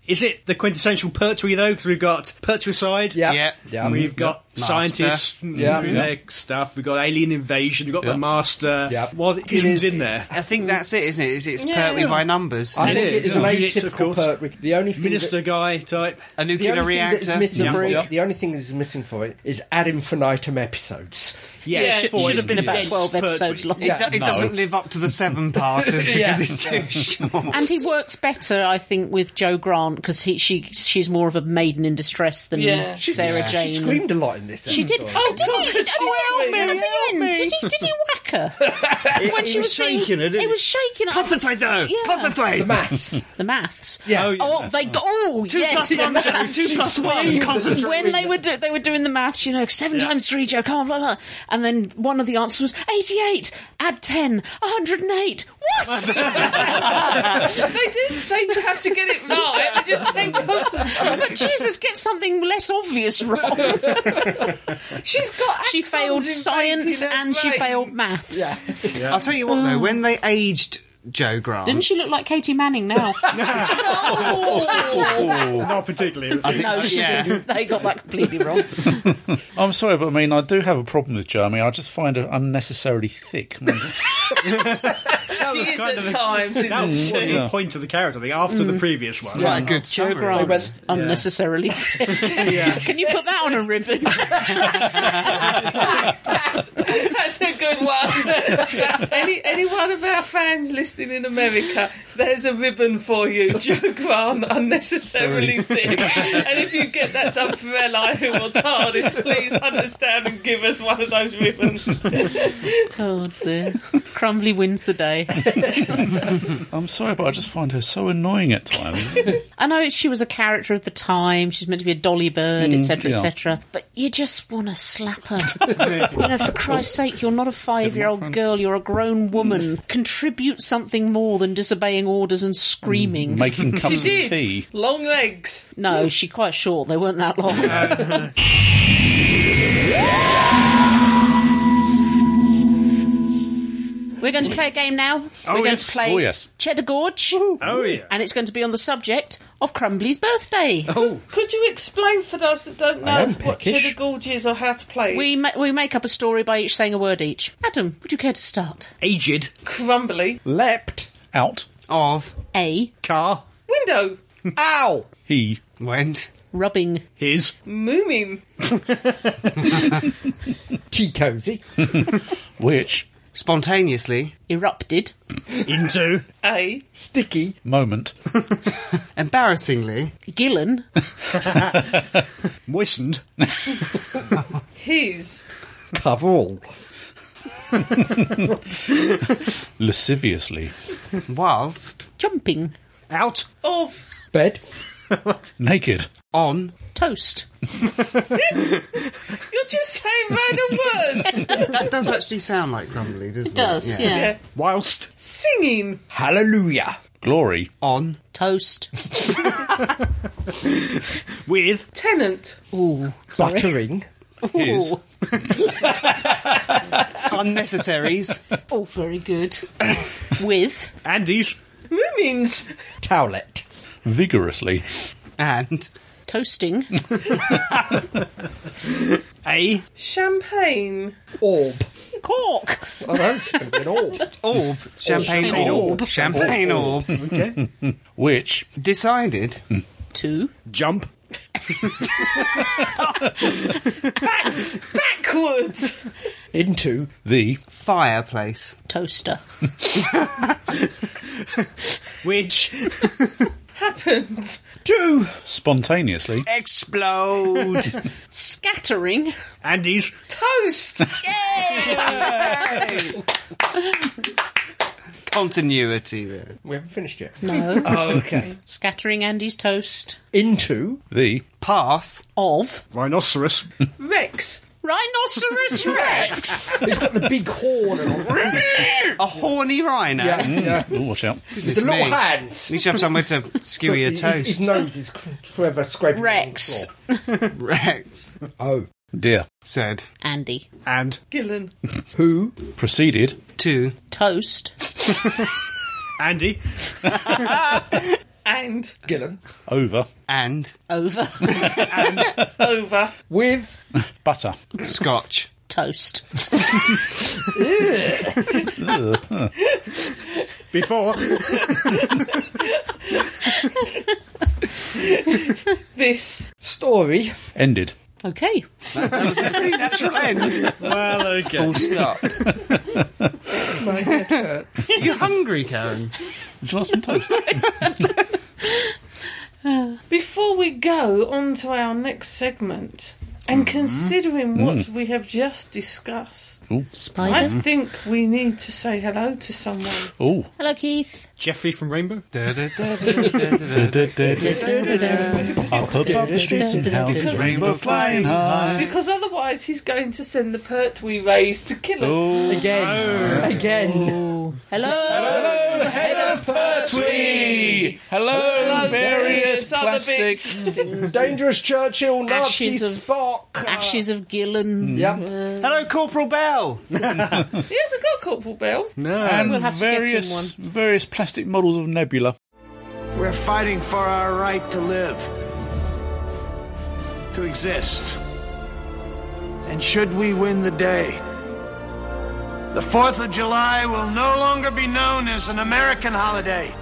Is it the quintessential Pertwee, though? Because we've got Pertwicide.
Yeah.
Yeah.
Yeah.
We've got
Master.
scientists mm,
Yeah.
doing their stuff. We've got alien invasion. We've got the master.
Yeah.
What isn't in there?
I think that's it, isn't it? Is it's
Yeah.
Pertwee by numbers,
I think it
It is,
is an
yeah. Units, of
atypical
course.
Pertwee. The only thing
Minister
that,
guy type.
a
the
nuclear
only thing that's
reactor.
missing
Yeah.
for
Yeah.
it, the only thing that's missing for it is ad infinitum episodes.
Yes,
it
for
should have
it
been
is.
about 12 episodes long.
It, do- it
No.
doesn't live up to the seven parters because it's too short.
And he works better, I think, with Joe Grant because she she's more of a maiden in distress than
Yeah. She-
Sarah Jane.
She screamed a lot in this.
She did.
episode.
Oh, did he?
God,
Oh,
she's
at the end, did he, did he whack her when
It
she
was
was being-
shaking her, didn't
It
it?
was shaking. her.
Concentrate though.
Yeah.
Concentrate.
The maths.
the maths.
Yeah.
Oh, yeah.
Oh, they got. Oh,
Two
yes.
plus one, Joe. Two plus one. Concentrate.
when they were do- they were doing the maths, you know, seven times three, Joe, come on, blah, blah. And then one of the answers was 88, add 10, 108. What?
they did say you have to get it
Oh,
right. They just said concentrate.
but Jesus, get something less obvious wrong.
She's got.
she
axons
failed
invading
science
her
and she
brain.
failed maths.
I'll tell you what though, when they aged Joe Grant,
Didn't she look like Katie Manning now?
Not particularly.
no, she
Yeah.
didn't. They got that completely wrong.
I'm sorry, but I mean, I do have a problem with Joe. I mean, I just find her unnecessarily thick.
She is
kind of
at
a-
times,
That
isn't
was
she?
the point of the character, I think, after the previous one.
Quite a good
Joe
summary.
Grant
went-
unnecessarily. Can you put that on a ribbon?
That's a good one. any any one of our fans listening in America, there's a ribbon for you, Joe Grant, unnecessarily thick. and if you get that done for Eli who will TARDIS, please understand and give us one of those ribbons.
oh dear. Crumbly wins the day.
I'm sorry, but I just find her so annoying at times.
I know she was a character of the time. She's meant to be a dolly bird, etc.,
Mm, yeah.
etc. But you just want to slap her. you know, for Christ's sake, You're not a five year old girl, you're a grown woman. Contribute something more than disobeying orders and screaming.
Making cups of
Did.
tea.
Long legs.
No, she quite short. They weren't that long. We're going to play a game now. We're going
yes.
to play
Oh, yes.
Cheddar Gorge,
Oh yeah.
and it's going to be on the subject of Crumbly's birthday.
Could you explain for those that don't know
am
what
peckish.
cheddar gorge is or how to play it?
We, ma- we make up a story by each saying a word each. Adam, would you care to start?
Aged
crumbly
Leapt.
Out.
Of.
A.
car.
window
Ow!
He.
Went.
Rubbing.
His.
moomin
Tea cozy.
Which.
Spontaneously.
Erupted.
Into.
a
Sticky.
Moment.
Embarrassingly.
Gillen.
Moistened.
his
Cover all.
Lasciviously.
Whilst.
Jumping.
Out.
of
Bed.
Naked.
On.
Toast.
you're just saying random words
That does actually sound like crumbly, doesn't it?
Does, yeah.
yeah.
Whilst.
singing
Hallelujah.
Glory.
On.
Toast.
With.
tenant
Ooh.
Buttering.
His.
Ooh.
Unnecessaries.
Oh, very good. With
Andy's.
moomins
Towelette.
Vigorously.
and.
toasting.
A.
champagne
Orb.
Cork.
Oh no, should have been orb.
Orb. Champagne
champagne
orb.
orb.
Champagne orb.
Okay.
Which.
Decided.
Two.
Jump.
backwards
Into
The.
Fireplace.
Toaster.
Which.
happened
two.
Spontaneously.
Explode.
Scattering.
Andy's.
toast
Continuity there.
We haven't finished yet.
No.
Okay.
Scattering Andy's toast.
Into
The.
Path.
Of.
Rhinoceros.
rex
Rhinoceros Rex.
he's got the big horn and all.
A horny rhino.
Yeah, yeah.
Oh, watch out.
The little hands.
You should have somewhere to skewer your
his, his
toast.
nose is cr- forever scraping. on the
Rex.
floor.
Rex
Oh.
Dear.
said
Andy.
And.
gillen
Who?
Proceeded.
to
Toast.
Andy.
and
Gillen.
Over.
and
Oh.
Over.
over
With
Butter.
Scotch.
toast.
Before.
this
story.
Ended.
Okay.
Natural end.
well, okay.
Full stop. You're hungry, Karen.
Would you like some toast?
Before we go on to our next segment, and
Mm-hmm.
considering what
Mm.
we have just discussed, I
Spider.
think we need to say hello to someone.
Oh.
Hello, Keith.
Jeffrey from Rainbow.
Up above the streets and houses, rainbow flying high.
Because otherwise, he's going to send the pert we raise to kill us.
Again.
Oh.
Again.
Hello.
Pertwee! Hello,
various other bits.
Dangerous Churchill, Nazi
Ashes of-
Spock.
Ashes of Gillen.
Yep.
Hello, Corporal Bell.
He hasn't got Corporal Bell.
And
We'll have to get him
various, various plastic models of Nebula.
We're fighting for our right to live, to exist. And should we win the day, the 4th of July will no longer be known as an American holiday,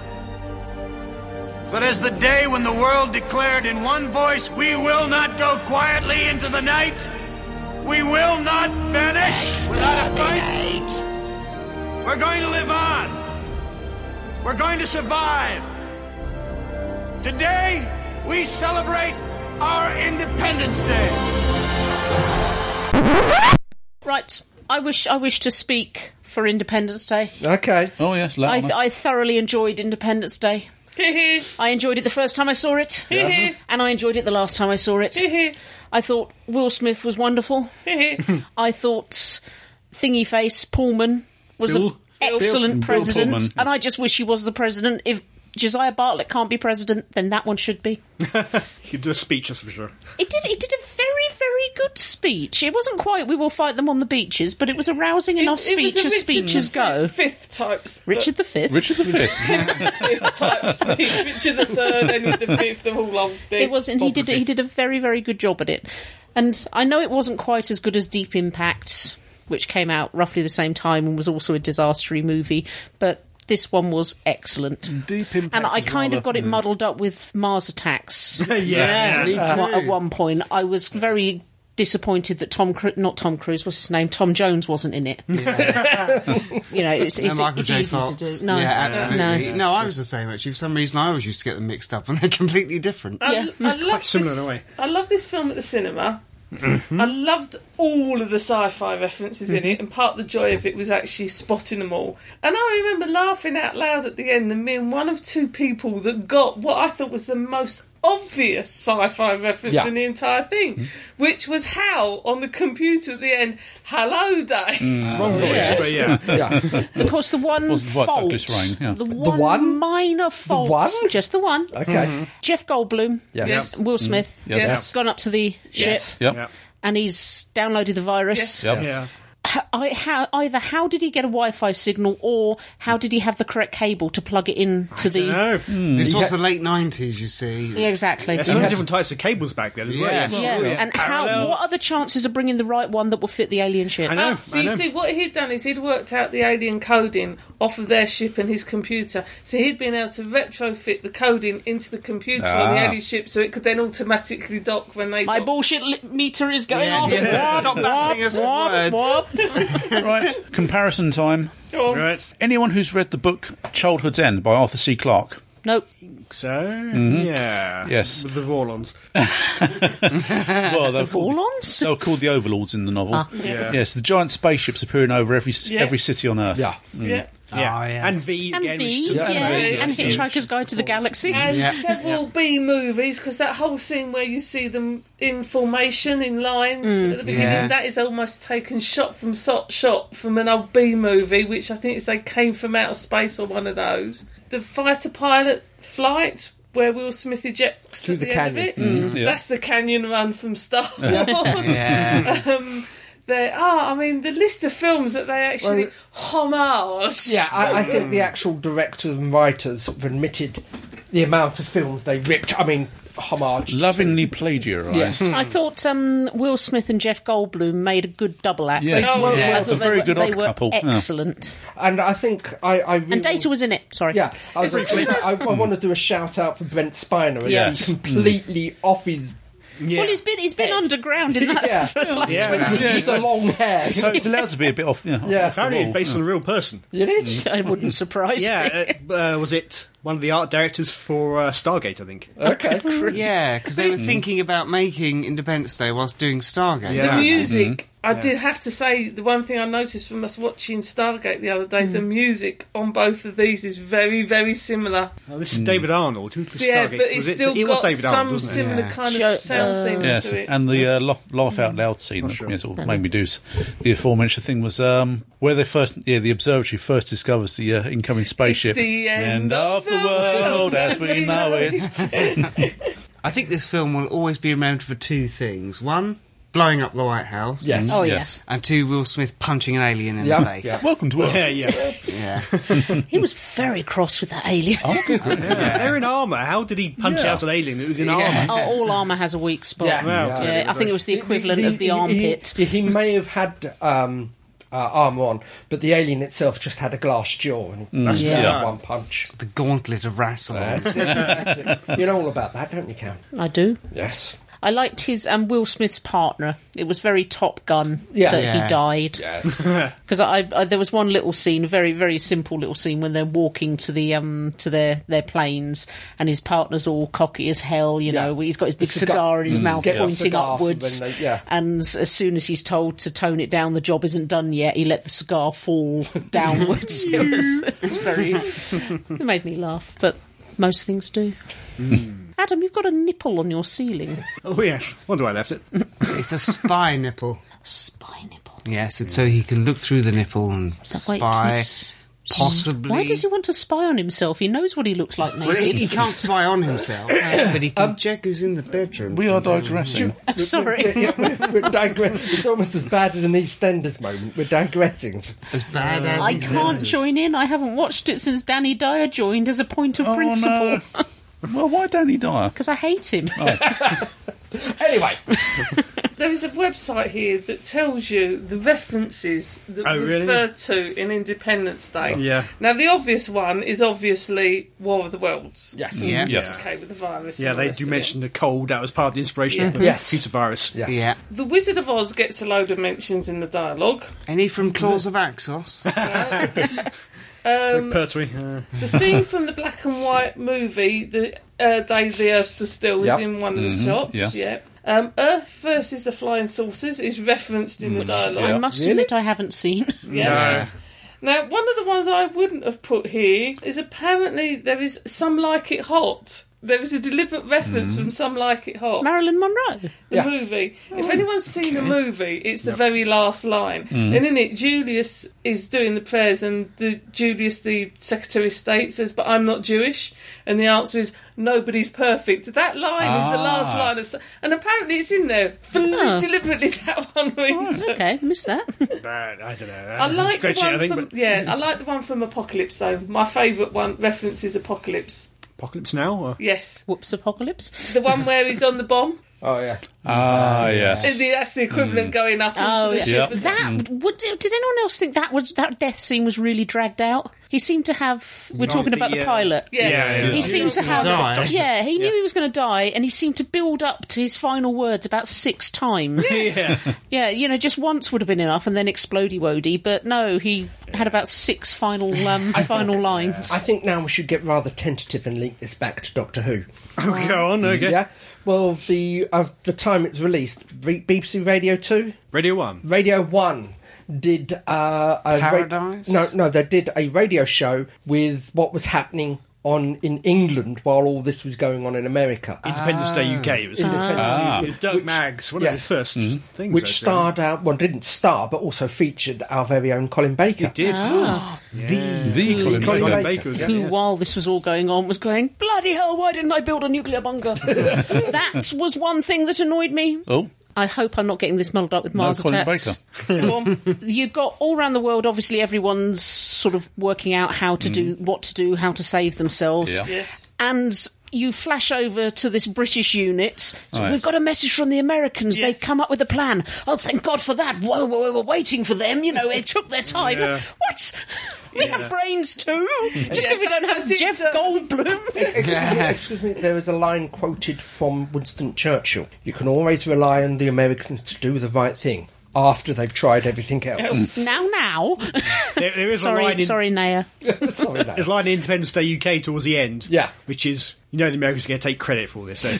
but as the day when the world declared in one voice, we will not go quietly into the night, we will not vanish without a fight. We're going to live on, we're going to survive. Today, we celebrate our Independence Day.
Right. I wish I wish to speak for Independence Day.
Okay.
Oh, yes,
I,
Latin.
th- I thoroughly enjoyed Independence Day.
Hee hee,
I enjoyed it the first time I saw it,
hee hee,
and I enjoyed it the last time I saw it.
hee hee,
I thought Will Smith was wonderful.
hee hee.
I thought thingy face Pullman was an
Bill-
excellent
Bill
president,
Pullman.
and I just wish he was the president. If Josiah Bartlett can't be president, then that one should be.
You could do a speech, that's for sure.
It did. It did a very, very good speech. It wasn't quite "We will fight them on the beaches," but it was a rousing enough
It- it was
speech
a
as
Richard
speeches
the
go.
Fifth type. sp-
Richard the Fifth.
Richard the Fifth.
Fifth type speech. Richard the Third, Henry the Fifth, the whole long thing.
It was, and he did. He did a very, very good job at it. And I know it wasn't quite as good as Deep Impact, which came out roughly the same time and was also a disastery movie, but this one was excellent.
Deep impact.
And I
was
kind of
rather-
got it muddled up with Mars Attacks
yeah, Uh, me too.
at one- at one point. I was very disappointed that Tom, Cru- not Tom Cruise, what's his name, Tom Jones wasn't in it. you know, it's,
No,
it's,
Michael
it's
J.
easy
Fox.
to do. No,
yeah, absolutely.
No.
No, I was the same actually. For some reason, I always used to get them mixed up, and they're completely different.
I,
Yeah.
I love
Quite similar
this,
in a way. Mm-hmm.
I love this film at the cinema. I loved all of the sci-fi references in it, and part of the joy of it was actually spotting them all. And I remember laughing out loud at the end, and being one of two people that got what I thought was the most obvious sci-fi reference
Yeah.
in the entire thing, which was Hal on the computer at the end. Hello, Day.
Wrong voice.
But yeah,
Yeah.
Of course, the one
Wasn't quite
fault,
Douglas Rain, yeah.
the, one
one?
minor fault,
one?
just the one.
Okay.
Jeff Goldblum,
Yes.
Yes.
Will Smith,
Yes.
has gone up to the
Yes.
ship
Yep.
yeah,
and he's downloaded the virus.
Yep.
Yes.
yeah.
I, how, either how did he get a Wi-Fi signal, or how did he have the correct cable to plug it in to the?
No,
This was the late nineties, you see.
Yeah, exactly.
there's so many different types of cables back then as well.
Yes.
Yeah, and how?
Parallel.
What are the chances of bringing the right one that will fit the alien ship?
I know.
Uh, but you see, what he'd done is he'd worked out the alien coding off of their ship and his computer. So he'd been able to retrofit the coding into the computer on the
Ah.
alien ship so it could then automatically dock when they.
My
docked.
bullshit li- meter is going
Yeah,
off.
yes.
Wop,
Stop babbling us with
wop,
words.
wop.
right. Comparison time.
Right.
Anyone who's read the book Childhood's End by Arthur C. Clarke.
Nope.
So, yeah.
Yes.
With the Vorlons.
Well, they're called,
Vorlons?
they were Oh, called the Overlords in the novel.
Ah.
Yeah.
Yes, the giant spaceships appearing over every every city on Earth.
Yeah.
Mm.
Yeah.
Yeah. Oh, yeah.
And V
And
again. which
V,
took
yeah,
us back.
and Hitchhiker's Guide to the Galaxy.
And
Yeah.
several B movies because that whole scene where you see them in formation in lines
Mm.
at the beginning
Yeah.
that is almost taken shot from shot shot from an old B movie, which I think is they came from outer space or one of those. The fighter pilot flight where Will Smith ejects
Through
at
the
the,
canyon.
end of
Mm-hmm.
it. Mm.
Yeah.
That's the canyon run from Star Wars.
Yeah.
um, there are, I mean, the list of films that they actually homage.
Yeah, I, I think the actual directors and writers have admitted the amount of films they ripped. I mean, homage.
Lovingly plagiarised.
Yes.
I thought um, Will Smith and Jeff Goldblum made a good double act.
Yes.
Oh,
yeah.
yeah.
I
It's a
thought
very
they, were-
good odd
they were
couple. yeah.
excellent.
And I think I, I really
And Data was in it. Sorry.
Yeah, I, was I, I want to do a shout out for Brent Spiner. and
Yeah.
he's completely off his.
Yeah.
Well, he's been he's been underground in that
Yeah.
for like
Yeah.
20
Yeah,
He's a long hair.
So it's allowed to be a bit off. Yeah.
Yeah.
off the
Apparently,
wall.
it's based on a real person.
It is.
I wouldn't surprise me.
Yeah, uh, uh, was it one of the art directors for uh, Stargate? I think.
Okay.
Yeah, because they were thinking about making Independence Day whilst doing Stargate.
Yeah.
The music,
Mm-hmm.
I did have to say, the one thing I noticed from us watching Stargate the other day, the
Mm.
music on both of these is very, very similar.
Oh, this is David Arnold. Who did
yeah,
Stargate?
but it's
Was it-
still
it was
got
David
some
Arnold, wasn't it?
similar
Yeah.
kind of
Show-
sound
uh,
things
Yes,
to it.
and the uh, laugh, laugh out loud scene that yes, all made me do. s- The aforementioned thing was um, where they first, yeah, the observatory first discovers the uh, incoming spaceship.
the end
of the world as we know it.
I think this film will always be remembered for two things: one, blowing up the White House.
Yes.
Oh yeah.
Yes.
And two, Will Smith punching an alien in
Yeah.
the face.
Welcome to Earth.
Yeah, yeah.
Yeah.
He was very cross with that alien. Oh,
Yeah, They're in armor. How did he punch
Yeah.
out an alien that was in
Yeah.
Oh, all armor has a weak spot.
Yeah.
armor?
Yeah.
Wow.
Yeah, I think it was the equivalent of the
He- he-
armpit.
He, he may have had um, uh, armor on, but the alien itself just had a glass jaw and
Mm.
he just
Yeah.
had one punch.
The gauntlet of Rassilon.
That's it, that's it. You know all about that, don't you, Cam?
I do.
Yes.
I liked his um, Will Smith's partner. It was very Top Gun
Yeah.
that
Yeah.
he died.
Yes.
because I, I there was one little scene, a very very simple little scene when they're walking to the um to their their planes, and his partner's all cocky as hell. You know,
Yeah.
he's got his big
The cigar- Mm.
cigar, in his mouth,
Get the
pointing
cigar for when
upwards.
they- yeah.
And s- as soon as he's told to tone it down, the job isn't done yet. He let the cigar fall downwards. it, was, it was very. It made me laugh, but most things do.
Hmm.
Adam, you've got a nipple on your ceiling.
Oh yes. Wonder why I left it.
it's a spy nipple.
Spy nipple.
Yes, and so he can look through the nipple and
Is that why it keeps-
spy. Possibly.
Why does he want to spy on himself? He knows what he looks like
Well, he,
naked.
he can't spy on himself, but he can check who's in the bedroom.
We are digressing.
I'm sorry.
We're digre- it's almost as bad as an EastEnders moment. We're digressing.
as bad as
I
he's
can't
in.
join in. I haven't watched it since Danny Dyer joined as a point of
Oh,
principle.
no. well, why Danny Dyer?
Because I hate him.
Anyway,
There is a website here that tells you the references that
Oh, really?
refer to in Independence Day.
Yeah.
Now the obvious one is obviously War of the Worlds.
yes.
Yeah.
Yes.
Okay, with the virus. and
Yeah,
the
they
rest
do
of it.
mention the cold. That was part of the inspiration of the
Yes.
computer virus.
Yes.
Yeah.
The Wizard of Oz gets a load of mentions in the dialogue.
Any from Claws of Axos?
Um,
Pertwee. Uh,
the scene from the black and white movie, the uh, Day the Earth Stood Still, is
Yep.
in one of the shots.
yes.
Yep. Um, Earth versus the Flying Saucers is referenced in the dialogue.
I must
Really?
admit, I haven't seen.
Yeah.
Now, one of the ones I wouldn't have put here is apparently there is Some Like It Hot. There is a deliberate reference from Some Like It Hot.
Marilyn Monroe.
the
Yeah.
movie.
Oh.
If anyone's seen the movie, it's the very last line.
Mm-hmm.
And in it, Julius is doing the prayers, and the Julius, the Secretary of State, says, "But I'm not Jewish," and the answer is, "Nobody's perfect." That line is the last
Ah.
line of, and apparently it's in there for
Oh.
deliberately that one reason.
Okay, missed that.
that- I don't know.
I like the
stretching,
one
I think,
from
but
yeah, I like the one from Apocalypse though. My favourite one references Apocalypse.
apocalypse now. Or?
Yes,
Whoops, apocalypse.
the one where he's on the bomb.
Oh yeah.
Ah, yes.
And That's the equivalent going up.
Oh,
onto the
yeah.
ship and
That would, did anyone else think that was that death scene was really dragged out? He seemed to have. We're talking about the
uh,
pilot.
Yeah.
Yeah,
He seemed to have.
die.
Yeah, he knew he was going to die, and he seemed to build up to his final words about six times.
yeah.
yeah, you know, just once would have been enough, and then explodey wody. But no, he had about six final um, final lines.
I think now we should get rather tentative and link this back to Doctor Who.
Oh, go on. Okay.
Yeah. Well, the uh, the time it's released, re- BBC Radio Two,
Radio One.
Radio One did uh, a ra-
Paradise?
no, no, they did a radio show with what was happening on in England while all this was going on in America.
Independence Day UK. It was, it was Doug Maggs, one of
Uh, yes.
his 1st things.
which
actually.
starred out, well, didn't star, but also featured our very own Colin Baker.
It did.
The Colin
Colin
Baker.
Colin
Baker.
Baker was in
who,
it, yes.
while this was all going on, was going, bloody hell, why didn't I build a nuclear bunker? that was one thing that annoyed me.
Oh,
I hope I'm not getting this muddled up with Mars
Colin
attacks. Go on. You've got all around the world. Obviously, everyone's sort of working out how to do what to do, how to save themselves,
Mm. Yeah.
Yes.
and. You flash over to this British unit. So We've got a message from the Americans.
Yes.
They've come up with a plan. Oh, thank God for that. Whoa, whoa, we were waiting for them. You know, it took their time. What? We have brains too? Just because we don't have
Yes,
Jeff
uh,
Goldblum.
Excuse, me, excuse me, there is a line quoted from Winston Churchill. You can always rely on the Americans to do the right thing after they've tried everything else.
now, now.
There, there is a
sorry,
line in,
sorry, Naya.
Sorry, no.
There's a line in Independence Day UK towards the end.
Yeah.
Which is, you know, the Americans are going to take credit for all this. So.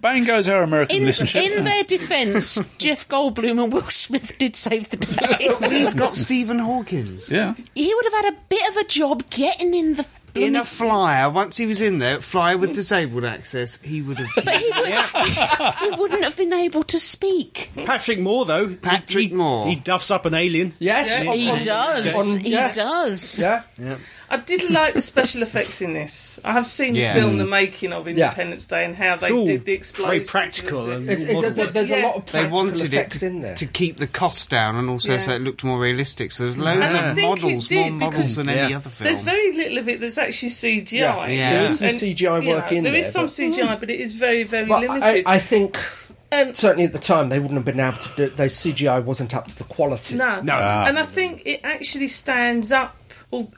Bang goes our American
In,
listenership.
in their defence, Jeff Goldblum and Will Smith did save the day.
We've got Stephen Hawkins.
yeah.
he would have had a bit of a job getting in the.
In a flyer, once he was in there, flyer with disabled access, he would have.
But he, would, he wouldn't have been able to speak.
Patrick Moore, though. he-
Patrick
he-
Moore.
He duffs up an alien.
Yes, on-
He
on-
does.
on-
he
yeah,
does.
Yeah,
I did like the special effects in this. I have seen
Yeah. Mm.
the film The Making of Independence Day and how they
It's all
did the
very
explosions.
practical. And
It's-
all
it's-
modern.
there's a lot of
They
practical
wanted it
effects in
to,
there.
to keep the costs down and also
Yeah.
so it looked more realistic. So there's loads
And I
of
think it
models,
did,
more models
because
than any
Yeah.
other film.
There's very little of it that's actually CGI.
Yeah.
Yeah.
There is some
And,
CGI
you know,
work in there.
There is some
but-
CGI, but it is very, very
but I,
limited. Um,
I think
and
certainly at the time they wouldn't have been able to do. The CGI wasn't up to the quality.
no,
No.
and I think it actually stands up. al-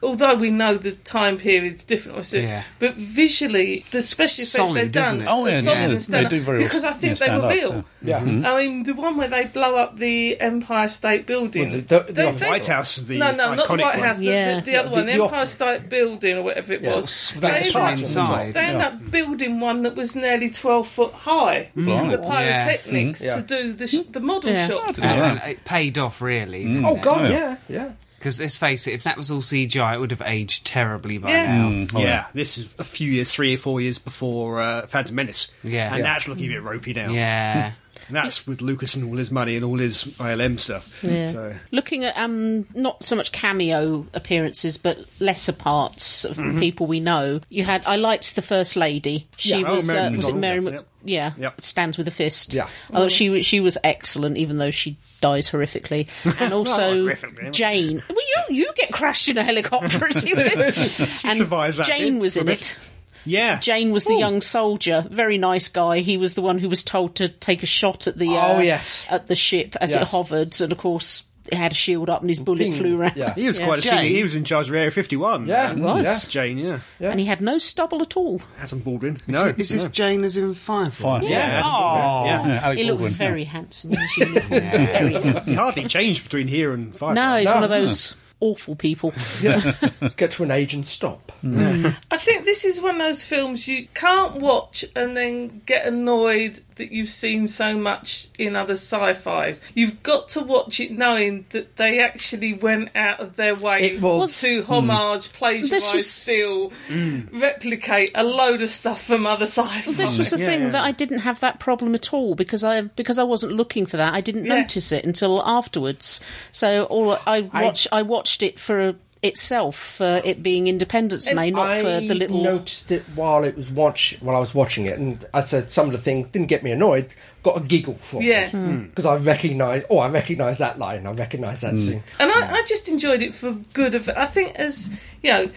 Although we know the time period's different, obviously,
Yeah.
but visually the special effects
Solid,
they've
isn't
done
it?
Oh,
are
yeah,
solid
yeah,
and
they
stand
do
up,
very well
because I
s- yeah,
think they
stand
were
up,
real.
yeah.
Yeah.
I mean, the one where they blow up the Empire State Building.
Well, the- the-
They-
the
they-
White House, the
no, no,
iconic
not the White
one.
House. The,
Yeah.
the, the other
The-
one, the
the
Empire
office.
State Building or whatever it was.
That's
That's
they
from
right.
end up,
inside.
they end up building one that was nearly twelve foot high with the
Blimey.
Yeah.
pyrotechnics
Hmm. Yeah.
to do the, sh- the model
Yeah.
shot.
Yeah.
And, and it paid off really.
Mm.
Oh God, yeah, yeah.
Because let's face it, if that was all CGI, it would have aged terribly by
Yeah.
now.
Yeah, this is a few years, three or four years before uh, Phantom Menace.
Yeah.
And
Yeah.
that's looking a bit ropey now.
Yeah.
And that's with Lucas and all his money and all his ILM stuff.
Yeah.
So
Looking at um, not so much cameo appearances, but lesser parts of
Mm-hmm.
people we know. You had I liked the first lady. She
Yeah. Oh,
was
Mary
uh, was it
McDonald,
Mary?
yes,
Mc-
yep.
Yeah,
Yep.
stands with a fist.
Yeah.
I thought she she was excellent, even though she dies horrifically. And also
Oh, horrifically.
Jane. Well, you you get crashed in a helicopter as you and
survives that
Jane
bit
was
for a
in
bit.
it.
yeah,
Jane was the young soldier, very nice guy. He was the one who was told to take a shot at the uh,
Oh, yes.
at the ship as it
Yes.
hovered, and of course it had a shield up and his bullet flew around.
Yeah.
he was
Yeah.
quite a senior.
Jane.
He was in charge of Area 51.
Yeah,
man.
he was. Yeah.
Jane, yeah.
And he had no stubble at all.
Adam Baldwin. No.
Is this Jane as in Firefly?
Five.
yeah, Adam
Oh.
Baldwin, yeah.
Yeah, Alec
he looked
Baldwin, yeah.
very handsome. in his uniform. Very handsome.
It's hardly changed between here and Firefly.
No, he's
No.
one of those awful people.
Get to an age and stop.
I think this is one of those films you can't watch and then get annoyed that you've seen so much in other sci-fi's. You've got to watch it knowing that they actually went out of their way
It was-
to homage, plagiarise,
Mm. This was-
steal, replicate a load of stuff from other sci-fi.
This was the thing that I didn't have that problem at all because I because I wasn't looking for that. I didn't
Yeah.
notice it until afterwards. So all I watch I, watched it for itself for it being Independence Day, not
I
for the little.
noticed it while it was watch while I was watching it, and I said some of the things didn't get me annoyed. Got a giggle from
Yeah.
Hmm.
because I recognise. Oh, I recognise that line. I recognise that scene.
And I, I just enjoyed it for good of I think as you know,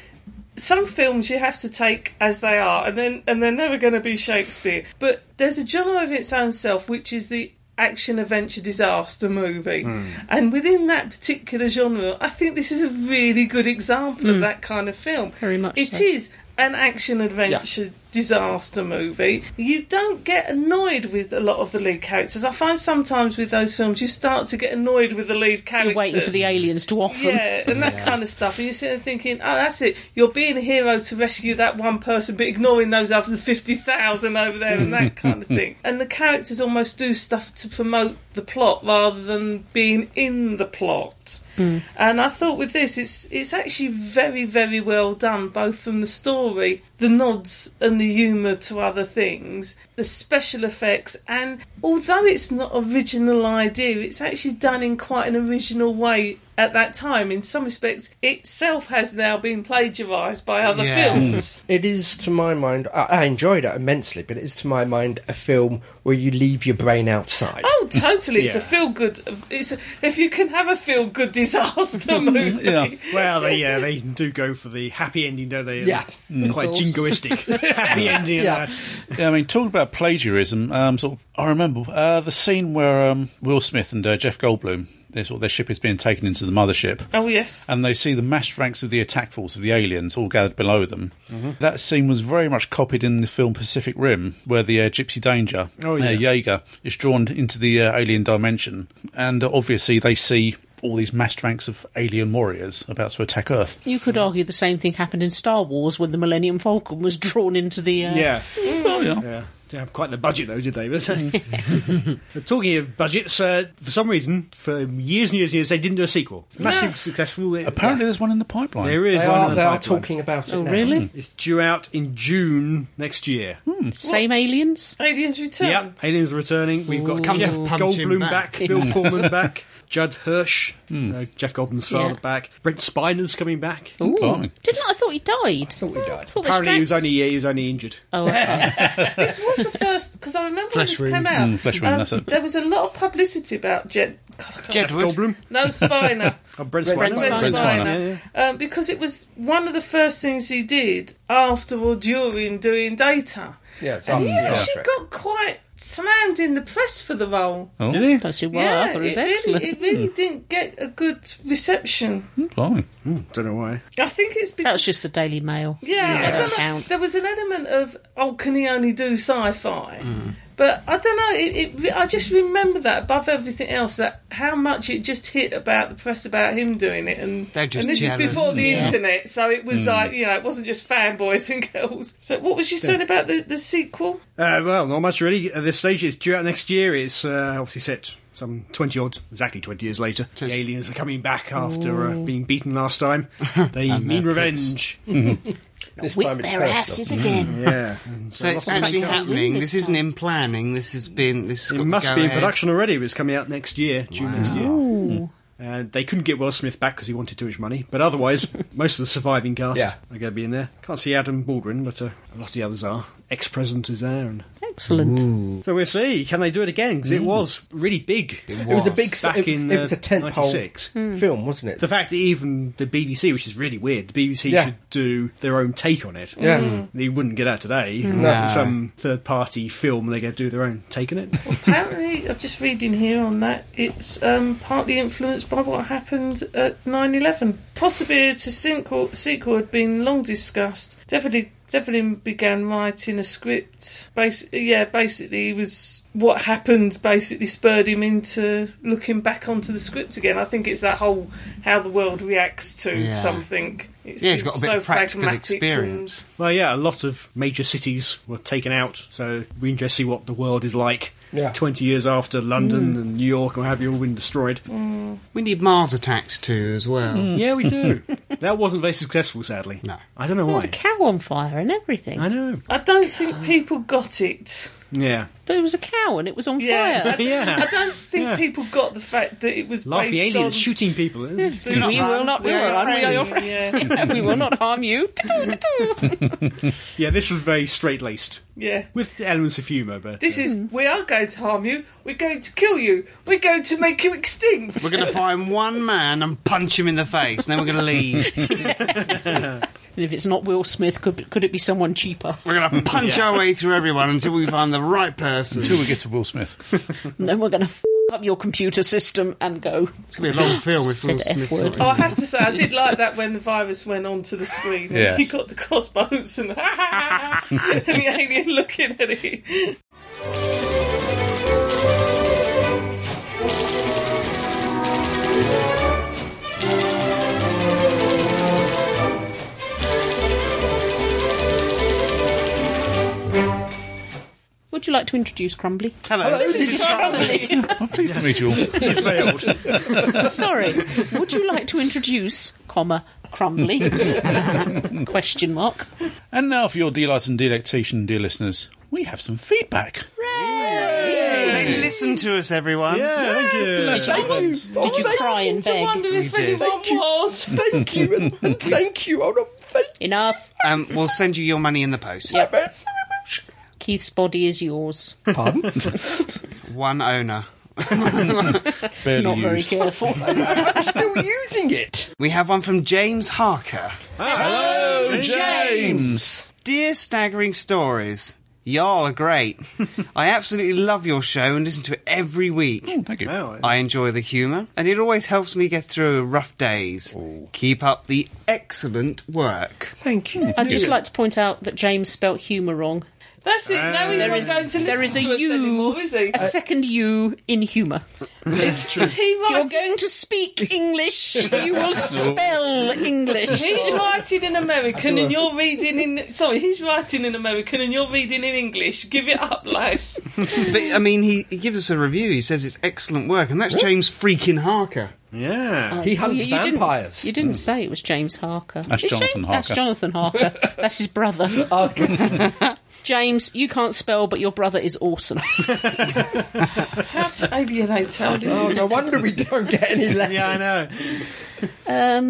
some films you have to take as they are and then and they're never gonna be Shakespeare. But there's a genre of its own self which is the action adventure disaster movie. And within that particular genre, I think this is a really good example of that kind of film.
Hmm. Very much
It
so.
is an action adventure disaster movie. You don't get annoyed with a lot of the lead characters. I find sometimes with those films you start to get annoyed with the lead characters.
You're waiting for the aliens to offer. them.
Yeah, and that kind of stuff. And you're sitting there thinking, oh, that's it. You're being a hero to rescue that one person, but ignoring those other 50,000 over there and that kind of thing. And the characters almost do stuff to promote the plot rather than being in the plot. And I thought with this, it's it's actually very, very well done, both from the story, the nods and the humour to other things, the special effects, and although it's not original idea, it's actually done in quite an original way at that time. In some respects, itself has now been plagiarised by other
Yeah.
films.
It is, to my mind, I, I enjoyed it immensely, but it is, to my mind, a film where you leave your brain outside.
Oh, totally! It's a
Yeah.
feel good. It's a, if you can have a feel good disaster movie.
Yeah.
Well, they, yeah, they do go for the happy ending, don't they?
Yeah.
They're quite jingoistic. happy ending and
Yeah.
that.
Yeah, I mean, talking about plagiarism, um, sort of, I remember uh, the scene where um, Will Smith and uh, Jeff Goldblum, their, sort of, their ship is being taken into the mothership,
Oh yes.
and they see the massed ranks of the attack force of the aliens all gathered below them.
Mm-hmm.
That scene was very much copied in the film Pacific Rim, where the uh, Gypsy Danger,
Oh,
uh,
yeah.
Jaeger, is drawn into the uh, alien dimension, and uh, obviously they see all these massed ranks of alien warriors about to attack Earth.
You could argue the same thing happened in Star Wars when the Millennium Falcon was drawn into the. Uh,
Yeah.
Mm.
Oh, yeah.
Yeah. Didn't have quite the budget though, did they? But,
Mm.
talking of budgets, uh, for some reason, for years and years and years, they didn't do a sequel. Massive successful. It-
Apparently, there's one in the pipeline.
there is
they
one. in
are,
the
they are
pipeline.
talking about it
Oh,
now.
really?
It's due out in June next year.
Same aliens?
Aliens Return.
Yep, Aliens are returning. We've got
come to
Jeff
punch him
Goldblum
back.
back, Bill Pullman back, Judd Hirsch, uh, Jeff Goldblum's father
Hmm. Yeah.
back, Brent Spiner's coming back.
Ooh.
Blimey.
Didn't I thought he died? I
thought he died.
thought they
Apparently, he was
strapped-
only he was only injured.
Oh, okay.
this was the first because I remember
Flesh
when this
wound.
came out. um,
Mm, flesh wound, that's it.
There was a lot of publicity about Jet. God, I can't-
Jedward.
Goldblum,
No Spiner.
oh, Brent Spiner.
Brent
Spiner.
Brent Spiner.
Spiner. Um, because it was one of the first things he did after or during doing Data.
Yeah, it's
And
after
he
Star
actually
Trek.
got quite slammed in the press for the role.
Oh,
Don't see why. I thought it was
it
excellent. Hmm.
really, it really didn't get a good reception.
blimey.
Don't know why.
I think it's because
That was just the Daily Mail.
Yeah,
Yeah.
I don't know.
Count.
there was an element of oh, can he only do sci-fi?
Mm.
But I don't know. It, it, I just remember that above everything else, that how much it just hit about the press about him doing it, and,
They're just
and this
jealous. Mm.
is before the
Yeah.
internet, so it was like you know, it wasn't just fanboys and girls. So what was you saying about the, the sequel?
Uh, well, not much really at this stage. It's due out next year. It's uh, obviously set some 20 odd, exactly 20 years later, the aliens are coming back after uh, being beaten last time. They mean revenge.
This
Whip
time it's
their
personal.
asses again.
Yeah.
So it's actually happening. This isn't in planning. This has been. This has got
It
to
must
go
be in
ahead.
production already. It was coming out next year, June next year. Uh, they couldn't get Will Smith back because he wanted too much money, but otherwise, most of the surviving cast
Yeah.
are going to be in there. Can't see Adam Baldwin, but uh, a lot of the others are. Ex president is there. And...
Excellent.
So we'll see. Can they do it again? Because it was really big. It
was a big- Mm.
back
it was-
in
it was
uh,
a tentpole.
96.
Hmm.
film, wasn't it?
The fact that even the BBC, which is really weird, the BBC
Yeah.
should do their own take on it.
Yeah. Mm.
They wouldn't get out today.
No.
Some third party film, they get to do their own take on it.
Apparently, I'm just reading here on that, it's um, partly influenced by what happened at 9 11. Possibility to sequel, sequel had been long discussed. Definitely. Devlin began writing a script. Basi- yeah, basically, it was what happened. Basically, spurred him into looking back onto the script again. I think it's that whole how the world reacts to
Yeah.
something. It's,
Yeah, he's got a
it's
bit
so
of practical
pragmatic and-
experience.
Well, yeah, a lot of major cities were taken out, so we can just see what the world is like
Yeah.
20 years after London and New York and what have you all been destroyed.
We need Mars attacks too, as well.
Yeah, we do. that wasn't very successful, sadly.
No.
I don't know
A
why.
cow on fire and everything.
I know.
I don't think people got it.
Yeah.
But it was a cow and it was on
Yeah.
fire.
I
Yeah.
don't think
Yeah.
people got the fact that it was
Laugh the
based
aliens
on-
shooting people.
We will not we will not- we are your friends.
Yeah,
Yeah, we will not harm you.
yeah, this was very straight laced
yeah.
with elements of humour, but. uh,
This is we are going to harm you. We're going to kill you. We're going to make you extinct.
We're going to find one man and punch him in the face, and then we're going to leave.
and if it's not Will Smith, could could it be someone cheaper?
We're going to punch our way through everyone until we find the right person.
Until we get to Will Smith.
And then we're going to f- up your computer system and go.
It's going to be a long film if
Said
Will Smith.
F-word.
Oh, I have to say, I did like that when the virus went onto the screen. and
Yes.
He got the crossbows and, and the alien looking at it.
Would you like to introduce Crumbly?
Hello.
this is
Crumbly.
I'm pleased to meet you all.
Sorry. Would you like to introduce, comma, Crumbly? Question mark.
And now for your delight and delectation, dear listeners, we have some feedback.
They listen to us, everyone.
Yeah, thank you.
Did you cry and
I
beg?
wonder if anyone was.
thank you and, and thank you. Oh, no, thank
Enough.
Um, we'll send you your money in the post.
you. man, so much.
Keith's body is yours.
Pardon?
One owner.
Barely
Not very
used.
careful.
Still using it.
We have one from James Harker.
Hello, James.
Dear Staggering Stories, y'all are great. I absolutely love your show and listen to it every week.
Oh, Thank you.
I enjoy the humour, and it always helps me get through rough days. Keep up the excellent work.
Thank you.
I'd just like to point out that James spelt humour wrong.
That's it. No, he's
There
not
is-
going to listen
there is a
to us
you.
anymore, is he?
A second U in humour.
It's true. He
You're
writes
going to speak English. You will spell English.
He's writing in American and you're reading in. Sorry, he's writing in American and you're reading in English. Give it up, lads.
But I mean, he, he gives us a review. He says it's excellent work, and that's James freaking Harker.
Yeah.
He hunts
Oh, you- you didn't-
vampires.
You didn't say it was James Harker.
That's
Is
Jonathan
That's
Harker.
Jonathan Harker. That's his brother. James, you can't spell, but your brother is awesome.
Perhaps alienate told him.
Oh, no wonder we don't get any letters.
Yeah, I know.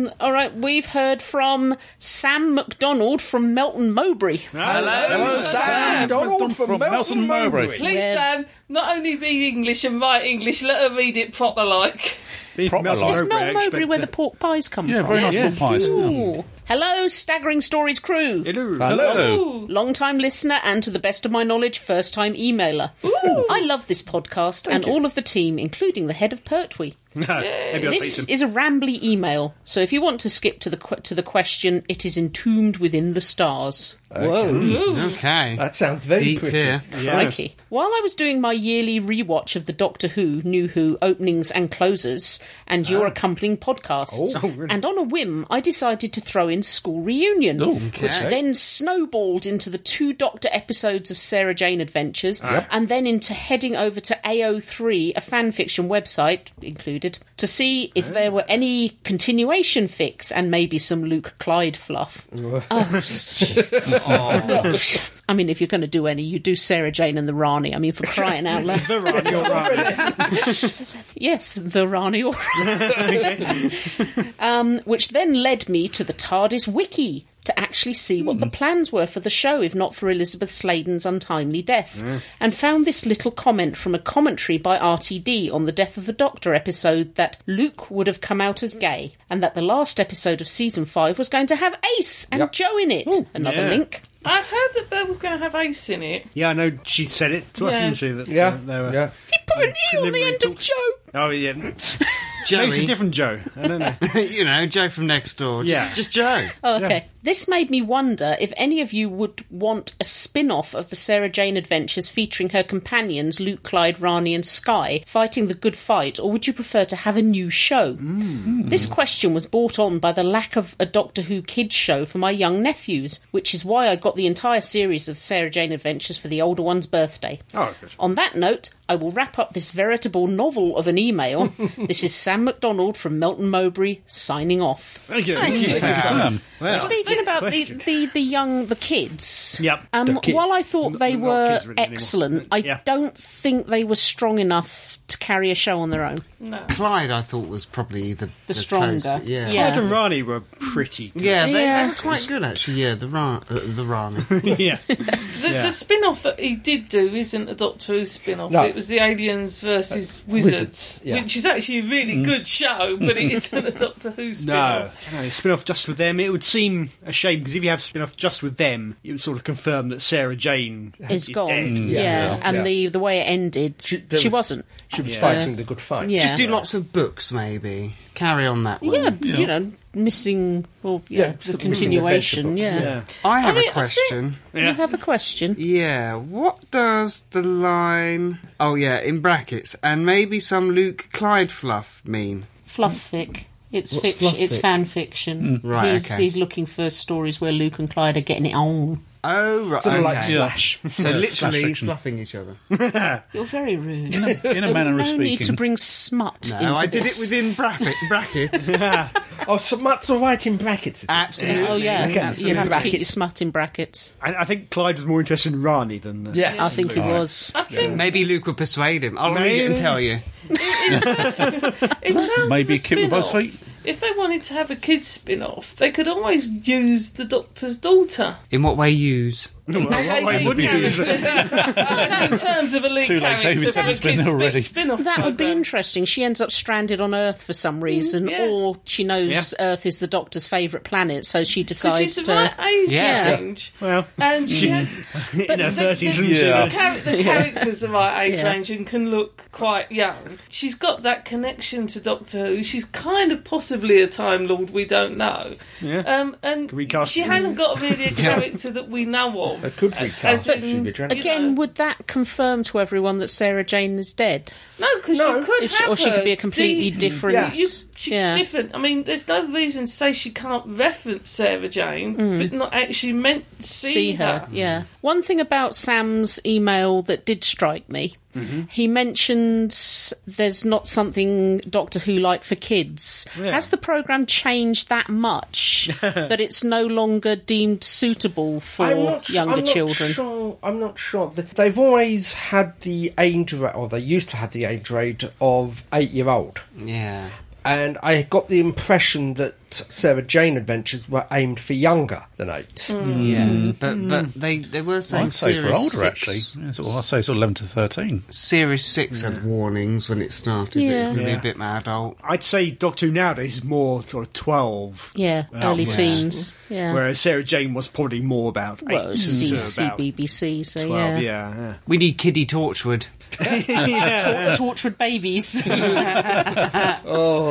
um, all right, we've heard from Sam McDonald from Melton Mowbray.
Hello, Oh, Sam Donald from, Melton Mowbray.
Please,
Yeah.
Sam, not only be English and write English, let her read it proper like.
These
Proper
Melton
life.
Is
Mowbray,
Melton Mowbray
expect
where
to-
the pork pies come
Yeah,
from?
very nice little pies.
Ooh. Hello, Staggering Stories crew.
Hello.
Hello.
Long time listener and, to the best of my knowledge, first time emailer. I love this podcast and all of the team, including the head of Pertwee.
Maybe I'll
This
say
is a rambly email, so if you want to skip to the qu- to the question, it is entombed within the stars.
Whoa,
Okay.
that sounds very
Deep
pretty.
here.
some.
Crikey! While I was doing my yearly rewatch of the Doctor Who, New Who openings and closers, and your accompanying podcasts.
Ah. Oh, really?
And on a whim, I decided to throw in School Reunion,
Oh,
which then snowballed into the two Doctor episodes of Sarah Jane Adventures,
Ah.
and then into heading over to AO3, a fan fiction website included, to see
Ah.
if there were any continuation fix and maybe some Luke Clyde fluff.
Mm.
I mean, if you're going to do any, you do Sarah Jane and the Rani. I mean, for crying out loud. yes, the Rani or. um, which then led me to the TARDIS wiki to actually see what the plans were for the show, if not for Elizabeth Sladen's untimely death, and found this little comment from a commentary by RTD on the Death of the Doctor episode that Luke would have come out as gay, and that the last episode of season five was going to have Ace and Joe in it. Another
Yeah.
link.
I've heard that Bear was going to have Ace in it.
Yeah, I know she said it to us,
Yeah.
didn't she? That, uh,
Yeah,
they were-
yeah.
He put an E on the
Preliminary
end of
talks.
Joe.
Oh, yeah. Maybe she's
Joey.
different Joe. I don't know.
you know, Joe from next door. Just,
Yeah.
just Joe.
Oh, okay. This made me wonder if any of you would want a spin off of the Sarah Jane adventures featuring her companions Luke, Clyde, Rani, and Sky fighting the good fight, or would you prefer to have a new show?
Hmm.
This question was brought on by the lack of a Doctor Who kids show for my young nephews, which is why I got the entire series of Sarah Jane adventures for the older one's birthday.
Oh, good.
On that note, I will wrap up this veritable novel of an email. this is Sam McDonald from Melton Mowbray signing off.
Thank you.
Thank you, Sam.
Sam.
Speaking about the,
question.
the, the young, the kids.
Yep.
Um,
The kids.
While I thought they
not
were
kids really anymore.
excellent, I
Yeah.
don't think they were strong enough to carry a show on their own.
Clyde, I thought, was probably the, the,
stronger.
closest, yeah.
Yeah.
Clyde and Rani were pretty good.
Yeah, they,
Yeah.
they were quite good actually. Yeah, the Ra- uh, the Rami.
yeah.
The, the spin off that he did do isn't a Doctor Who spin off.
No.
It was the Aliens versus Wizards,
Wizards, yeah.
which is actually a really good show, but it isn't a Doctor Who spin
No,
off.
I don't know, spin off just with them. It would seem a shame because if you have spin off just with them, it would sort of confirm that Sarah Jane
Is gone.
Dead.
Yeah.
yeah,
And
yeah.
the the way it ended,
She-
she,
there was-
wasn't.
She was
Yeah.
fighting the good fight.
Yeah.
Just do lots of books, maybe. Carry on that way.
yeah, you know, missing or yeah,
Yeah, it's
the
the missing
continuation.
adventure
Yeah.
books,
Yeah.
I have
I mean,
a
I
question.
You have a question.
Yeah, what does the line? Oh yeah, in brackets, and maybe some Luke Clyde fluff mean?
Fluff thick. It's
What's
fiction.
fluff Mm.
It's
thick?
fan fiction.
Right,
He's,
okay.
he's looking for stories where Luke and Clyde are getting it on.
Oh right,
Sort of like
okay.
Slash.
so
Yeah, slash
literally
fiction.
fluffing each other.
You're very rude.
In a manner of
There's no need to
speaking.
bring smut
No,
into
I did
this.
it within braffi- brackets.
Oh, so Mutt's all right in brackets. is it?
Absolutely.
Oh yeah,
Okay.
you have to keep your
Brackets.
smut in brackets.
I, I think Clyde was more interested in Rani than the,
Yes.
I think he
Right.
was.
I think
Maybe Luke would persuade him. I'll read it and tell you.
in terms
Maybe
of a
keep with both
spin-off,
feet.
If they wanted to have a kids spin off, they could always use the Doctor's daughter.
In what way use?
As a
why
lead
would you use
character. As in terms of a lead
Too late,
character
David
for
Tennant's
the
been
kids
there already.
Spin off
That would be interesting. She ends up stranded on Earth for some reason,
Mm, yeah.
or she knows Earth is the Doctor's favourite planet, so she decides
she's the
to.
right age
Yeah.
range.
Well,
And she has
in
the-
her thirties,
the-
isn't she?
Yeah.
the, char- the character's the right age
Yeah.
range and can look quite young. She's got that connection to Doctor Who. She's kind of possibly a Time Lord. We don't know.
Yeah.
Um, and
we cast
she
it?
hasn't got really a character that we know
It
of.
could be cast.
in-
She'd be drunk.
Again,
you know.
would that confirm to everyone that Sarah Jane is dead,
No, because
No.
she could
If she-
have
or she
her.
could be a completely
The-
different?
Yeah.
You, she,
yeah.
different. I mean, there's no reason to say she can't reference Sarah Jane, but not actually meant see,
Mm. see her. Yeah. One thing about Sam's email that did strike me, he mentions there's not something Doctor Who like for kids. Has the program changed that much that it's no longer deemed suitable for
su-
younger
I'm not
children?
sure- I'm not sure. Th- They've always had the age rate, or they used to have the age rate of eight year old.
Yeah.
And I got the impression that Sarah Jane adventures were aimed for younger than eight.
Yeah, but but they they were saying
Mm-hmm. I'd say for
Series
older,
six,
actually. Yeah, sort of, I'd say sort of 11 to 13.
Series six had warnings when it started. It was
Yeah.
going to be
Yeah.
a bit more adult.
I'd say Doctor Who nowadays is more sort of twelve,
Yeah,
and
early
upwards,
teens. Yeah.
whereas Sarah Jane was probably more about eight
well,
to
C-
about
CBBC, so
twelve.
yeah.
Yeah,
We need Kiddy Torchwood.
yeah. yeah.
Tortured babies. well,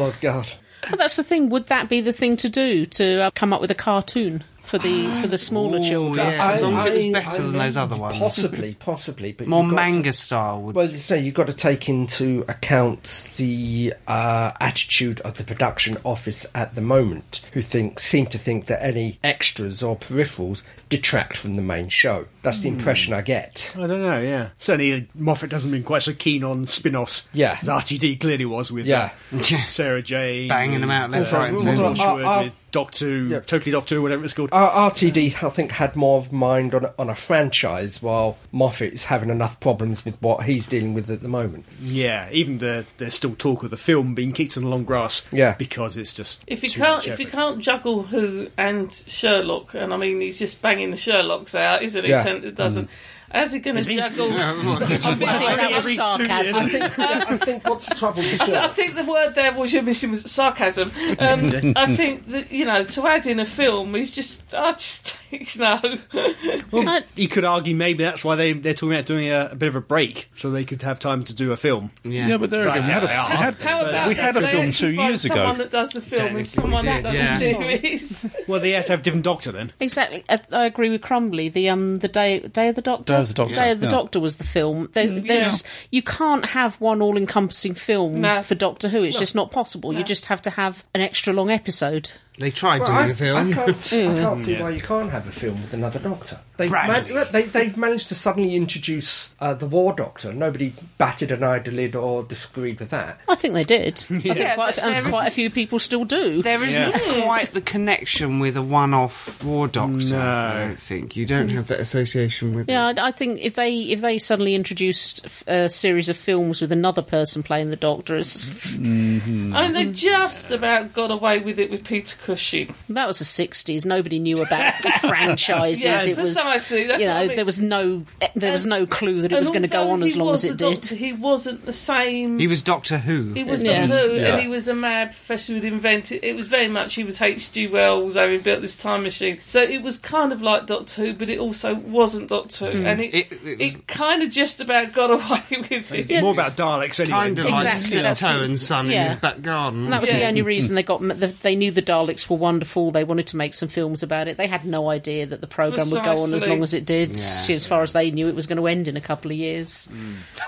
Oh, God. Oh,
that's the thing. Would that be the thing to do to uh, come up with a cartoon? for the for the smaller
Ooh,
children.
yeah. as long as it was better than
mean,
those other ones.
Possibly, possibly, but
More
you've got to-
manga style would.
well, as you say, you've got to take into account the uh, attitude of the production office at the moment, who think seem to think that any extras or peripherals detract from the main show. That's the
Hmm.
impression I get.
I don't know, yeah. Certainly, uh, Moffat hasn't been quite so keen on spin offs
Yeah.
as RTD clearly was with
Yeah.
uh, Sarah Jane.
Banging them out left,
uh,
right and
Ron
centre.
Ashworth
Uh, uh,
with Doctor Who,
Yeah. Uh,
Totally Doctor Who, whatever it's called.
Our RTD, I think, had more of mind on a, on a franchise, while Moffat is having enough problems with what he's dealing with at the moment.
yeah, even the, there's still talk of the film being kicked in the long grass
Yeah.
because it's just.
If you
too
can't,
much
if you
effort.
can't juggle Who and Sherlock, and I mean, he's just banging the Sherlocks out, isn't he?
Yeah.
Ten to a dozen. How's he going to juggle?
I think that was sarcasm.
I think, I think what's the trouble with
I
Sherlock?
think the word there was you're missing was sarcasm. Um, I think that you know to add in a film is just I just think no.
I-
You could argue maybe that's why they, they're talking about doing a, a bit of a break so they could have time to do a film.
Yeah.
Yeah, but there
Right,
again, we had a,
they are.
we had,
How about
we had a
this? They
film two
actually find
years
Someone
ago.
that does the film and someone that does
yeah.
the series.
Well, they have to have a different doctor then.
Exactly, I, I agree with Crumbly. The um, the day day of the Doctor,
Day of the Doctor,
Day of the
yeah.
Doctor was the film. There,
Mm,
there's you can't have one all encompassing film
No.
for Doctor Who. It's just not possible. You just have to have an extra long episode.
They tried
I,
doing a
I
film.
can't, I can't see why you can't have a film with another Doctor. They've,
Bradley.
man- they, they've managed to suddenly introduce uh, the War Doctor. Nobody batted an eyelid or disagreed with that.
I think they did. I think
Yeah,
quite,
there
and quite a few people still do.
There isn't quite the connection with a one-off War Doctor. I
No.
don't think you don't have that association with.
Yeah, I, I think if they if they suddenly introduced f- a series of films with another person playing the Doctor, it's,
I mean, they just about got away with it with Peter Cushing.
that was the sixties. Nobody kprecisely knew about franchises.
Yeah,
it was
precisely, that's
you
what
know
I mean.
there was no there was no clue that it was
And
going to go
although
on as
he
long
was
as it
the
did.
Doctor, He wasn't the same.
He was Doctor Who.
He was
Yeah.
Doctor Who,
Yeah.
and he was a mad professor who'd invented. It was very much he was H.G. Wells having built this time machine. So it was kind of like Doctor Who, but it also wasn't Doctor Who, and it
Mm. It- it
it,
was-
kind of just about got away with it.
More about Daleks anyway.
Kind of like
Exactly, that's-
Stilto and Son in
yeah.
his back garden.
And that was the
Yeah.
only reason they got. the- They knew the Daleks were wonderful. They wanted to make some films about it. They had no idea that the program would go on as
Precisely.
long as it did.
Yeah,
as far as they knew, it was going to end in a couple of years.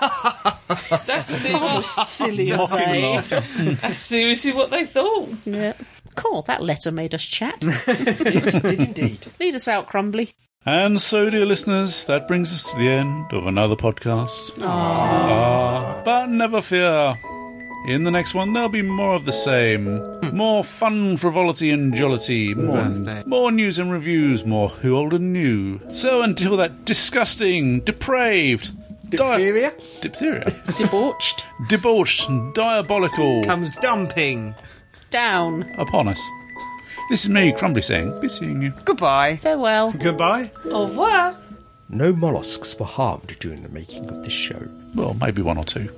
That's seriously,
Silly of they.
that's seriously what they thought.
Yeah. Cool. That letter made us chat.
It did indeed.
Lead us out, Crumbly.
And so, dear listeners, that brings us to the end of another podcast. Ah, but never fear. In the next one, there'll be more of the same. More fun, frivolity, and jollity. More,
Birthday.
more news and reviews. More who old and new. So until that disgusting, depraved, di-
Diphtheria?
diphtheria,
Debauched.
debauched, and diabolical
comes dumping.
Down.
upon us. This is me, Crumbly, saying, be seeing you.
Goodbye.
Farewell.
Goodbye.
Au revoir.
No mollusks were harmed during the making of this show.
Well, maybe one or two.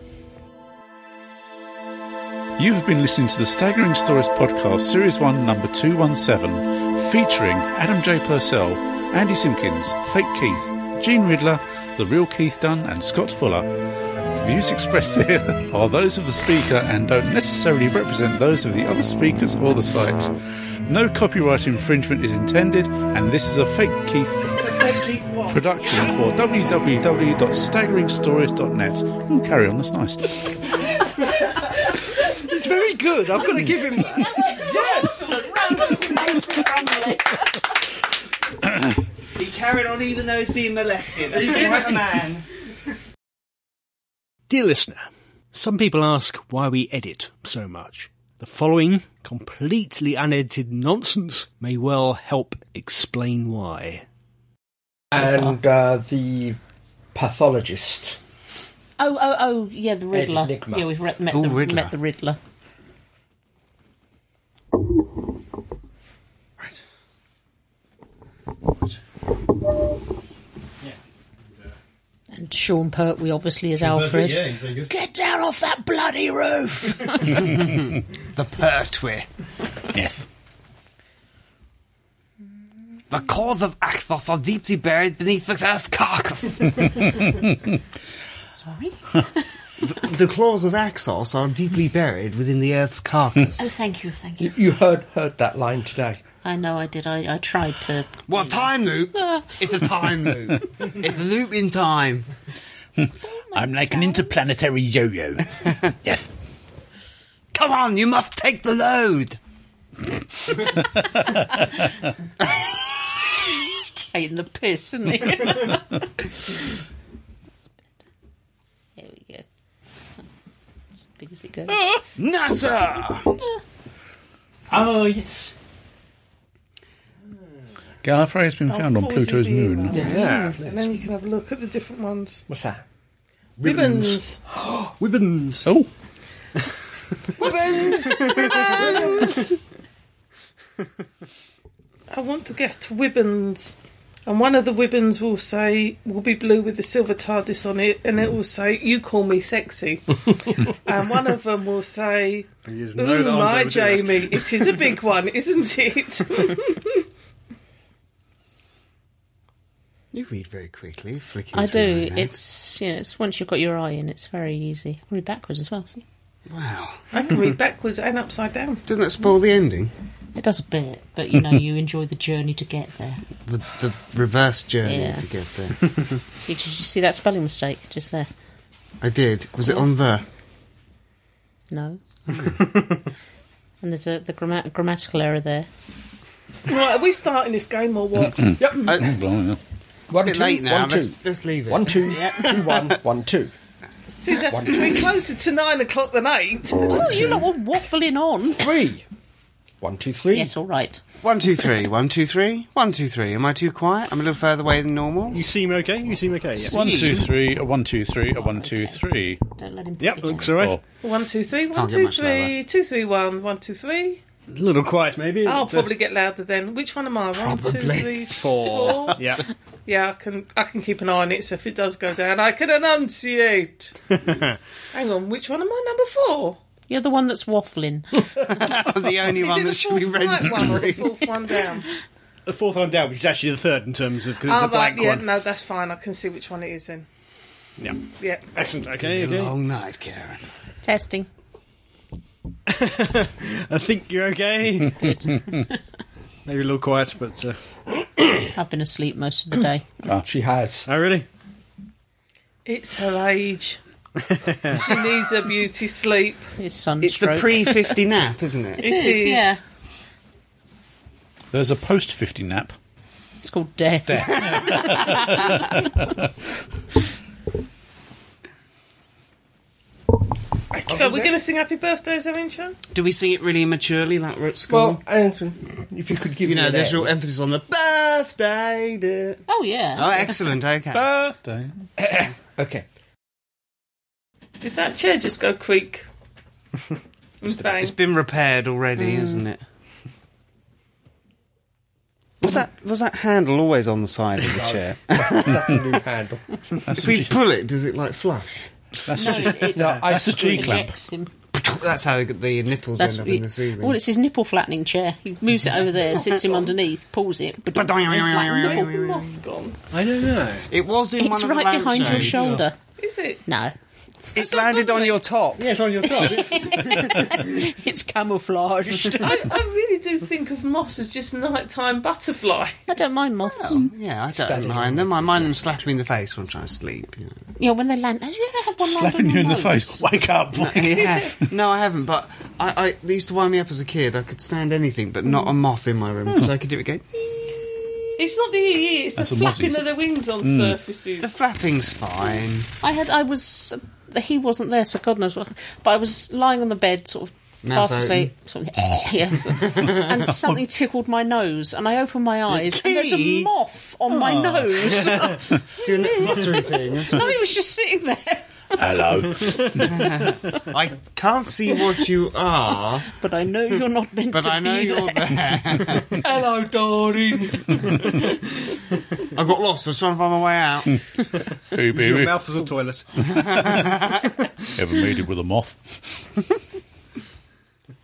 You have been listening to the Staggering Stories podcast, Series 1, Number 217, featuring Adam J. Purcell, Andy Simpkins, Fake Keith, Gene Ridler, The Real Keith Dunn, and Scott Fuller. The views expressed here are those of the speaker and don't necessarily represent those of the other speakers or the site. No copyright infringement is intended, and this is a Fake Keith production for www.staggeringstories.net. Oh, carry on, that's nice.
It's very good. I'm going to give him that.
He carried on even though he's being molested. That's a man.
Dear listener, some people ask why we edit so much. The following completely unedited nonsense may well help explain why.
And uh, the pathologist.
Oh, oh, oh, yeah, the Riddler.
Enigma.
Yeah, we've re- met,
Ooh,
the,
Riddler.
met the Riddler. And Sean Pertwee obviously is Alfred. Get down off that bloody roof!
The Pertwee.
Yes.
The cause of Akvoth are deeply buried beneath the earth's carcass.
Sorry.
the claws of Axos are deeply buried within the Earth's
Oh,
carcass.
thank you, thank you.
You, you heard heard that line today.
I know I did. I, I tried to.
what time loop? it's a time loop. it's a loop in time.
I'm like an interplanetary yo-yo. yes.
Come on, you must take the load.
Taking the piss, isn't he? there we go. As big as it goes.
NASA.
Oh, yes.
Gallifrey has been found on
Oh,
Forward
Pluto's
to the
moon.
email.
Yeah.
And then you can have a look at the different ones.
What's that?
Ribbons.
Ribbons.
Oh,
I want to get ribbons. And one of the ribbons will say, will be blue with the silver TARDIS on it, and it will say, You call me sexy. and one of them will say,
You just know
Ooh,
that Andre
my
would do that.
Jamie, it is a big one, isn't it?
You read very quickly, flicking.
I
through
do.
my notes.
It's yeah. It's once you've got your eye in, it's very easy. Read backwards as well. See,
wow.
I can read backwards and upside down.
Doesn't that spoil the ending?
it does a bit, but you know you enjoy the journey to get there.
The the reverse journey
Yeah.
to get there.
See, did you see that spelling mistake just there?
I did. Was it on the?
No. and there's a the gramma- grammatical error there.
Right, are we starting this game or what?
blimey, yeah.
One,
A Uh, bit
two,
late now.
one,
Let's,
two.
let's leave it.
One, two, two, one, one, two.
Susan, we're closer to nine o'clock than eight.
Oh, you lot were waffling on.
Three. One, two, three.
yes, all right.
One, two, three. One, two, three. One, two, three. Am I too quiet? I'm a little further away than normal.
You seem okay? You seem okay, yeah.
One, two, three, a one, two, three, a one, two, three.
Don't let him. put
Yep,
you down.
looks alright.
Oh,
One, two, three, one,
Can't get
two,
much lower.
three, two, three, one, one, two, three.
A little quiet, maybe.
I'll
but, uh,
Oh, probably get louder then. Which one am I? One, two,
Probably
three,
four.
four.
Yeah.
Yeah, I can I can keep an eye on it. So if it does go down, I can enunciate. Hang on, which one am I? Number four.
You're the one that's waffling.
I'm the only
Is it
one
the
that should be
fourth right one or the
registering.
fourth one down?
The fourth one down, which is actually the third in terms of because it's
Oh,
a blank
right, yeah,
one.
no, that's fine. I can see which one it is then.
Yeah.
Yeah.
Excellent. Okay, okay.
Long night, Karen.
Testing.
I think you're okay. Maybe a little quiet, but uh,
I've been asleep most of the day.
She has.
Uh,
oh really?
It's her age. she needs her beauty sleep.
It's sunstroke.
It's the pre-50 nap, isn't it?
It is,
is.
yeah.
there's a post 50 nap.
It's called death.
So we're going to sing happy birthdays, Amincha?
Do we sing it really immaturely, like we're at school?
Well, Andrew, if you could give
you
me
know,
an
there's
air.
real emphasis on the birthday. da-
Oh yeah.
Oh, excellent. Okay.
Birthday.
Okay.
Did that chair just go creak? and bang.
It's been repaired already, isn't it? Was that was that handle always on the side of the chair?
That's a new handle.
if we pull it, does it like flush?
That's
No,
a G-
it,
No, I
That's a G clamp.
ejects him.
That's how the nipples
That's
end
what
up in the ceiling.
well, it's his nipple flattening chair. He moves it over there, sits him underneath, pulls it. But
Where's the moth gone?
I don't know.
It was in
it's
one of the
right behind your
lampshades.
shoulder.
Is it?
No,
It's landed on your top.
Yeah, it's on your top.
it's camouflaged.
I, I really do think of moss as just nighttime butterfly.
I don't mind moths.
Yeah, I don't mind them. I mind them slapping me in the face when I'm trying to sleep. You know.
Yeah, when they land, have you ever had one land
slapping
on
you
your
in the
nose?
face. Wake up.
yeah. No, I haven't. But I, I they used to wind me up as a kid. I could stand anything, but not a moth in my room because I could do it again. Hmm.
It's not the EE, it's
That's a Mm.
the
moss,
flapping
isn't
of the wings on
The
surfaces.
flapping's fine.
I had. I was. He wasn't there, so God knows what. But I was lying on the bed, sort of
Mouth
fast asleep, sort of, yeah, and something tickled my nose, and I opened my eyes, and there's
key?
a moth on
Ah.
my nose. no,
Doing that fluttery thing.
he was just sitting there.
Hello.
I can't see what you are,
But I know you're not meant
but
to
I know
be
you're
there.
there.
Hello, darling.
I got lost. I was trying to find my way out.
Hey,
your
baby.
mouth is a toilet.
Ever made it with a moth?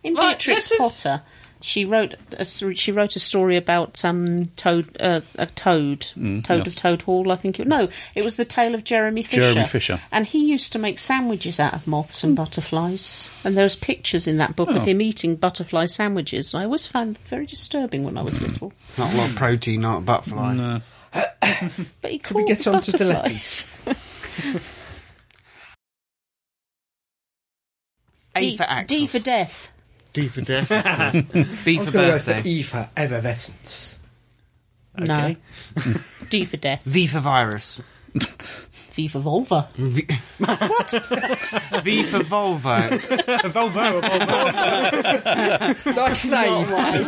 In
Right,
Beatrix
let us-
Potter, She wrote a, she wrote a story about um, toad uh, a toad
Mm,
toad
yes.
of Toad Hall I think it no it was the tale of Jeremy Fisher
Jeremy Fisher.
and he used to make sandwiches out of moths
Hmm.
and butterflies and there's pictures in that book
Oh.
of him eating butterfly sandwiches and I always found that very disturbing when I
Hmm.
was little
Not a lot of protein, not a butterfly.
but he
Could we
called
get on to the
butterflies.
A for
D, D
axles.
for death
D for death. B
I was
for
going to go for
birthday.
E for effervescence.
no D for death
V for virus.
V for vulva
V- what? V for Volvo.
Nice save. nice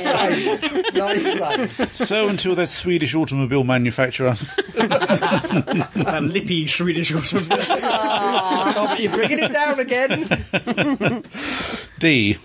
save. Nice save.
so until that Swedish automobile manufacturer
That lippy Swedish or something.
Stop it, You're bringing it down again.
D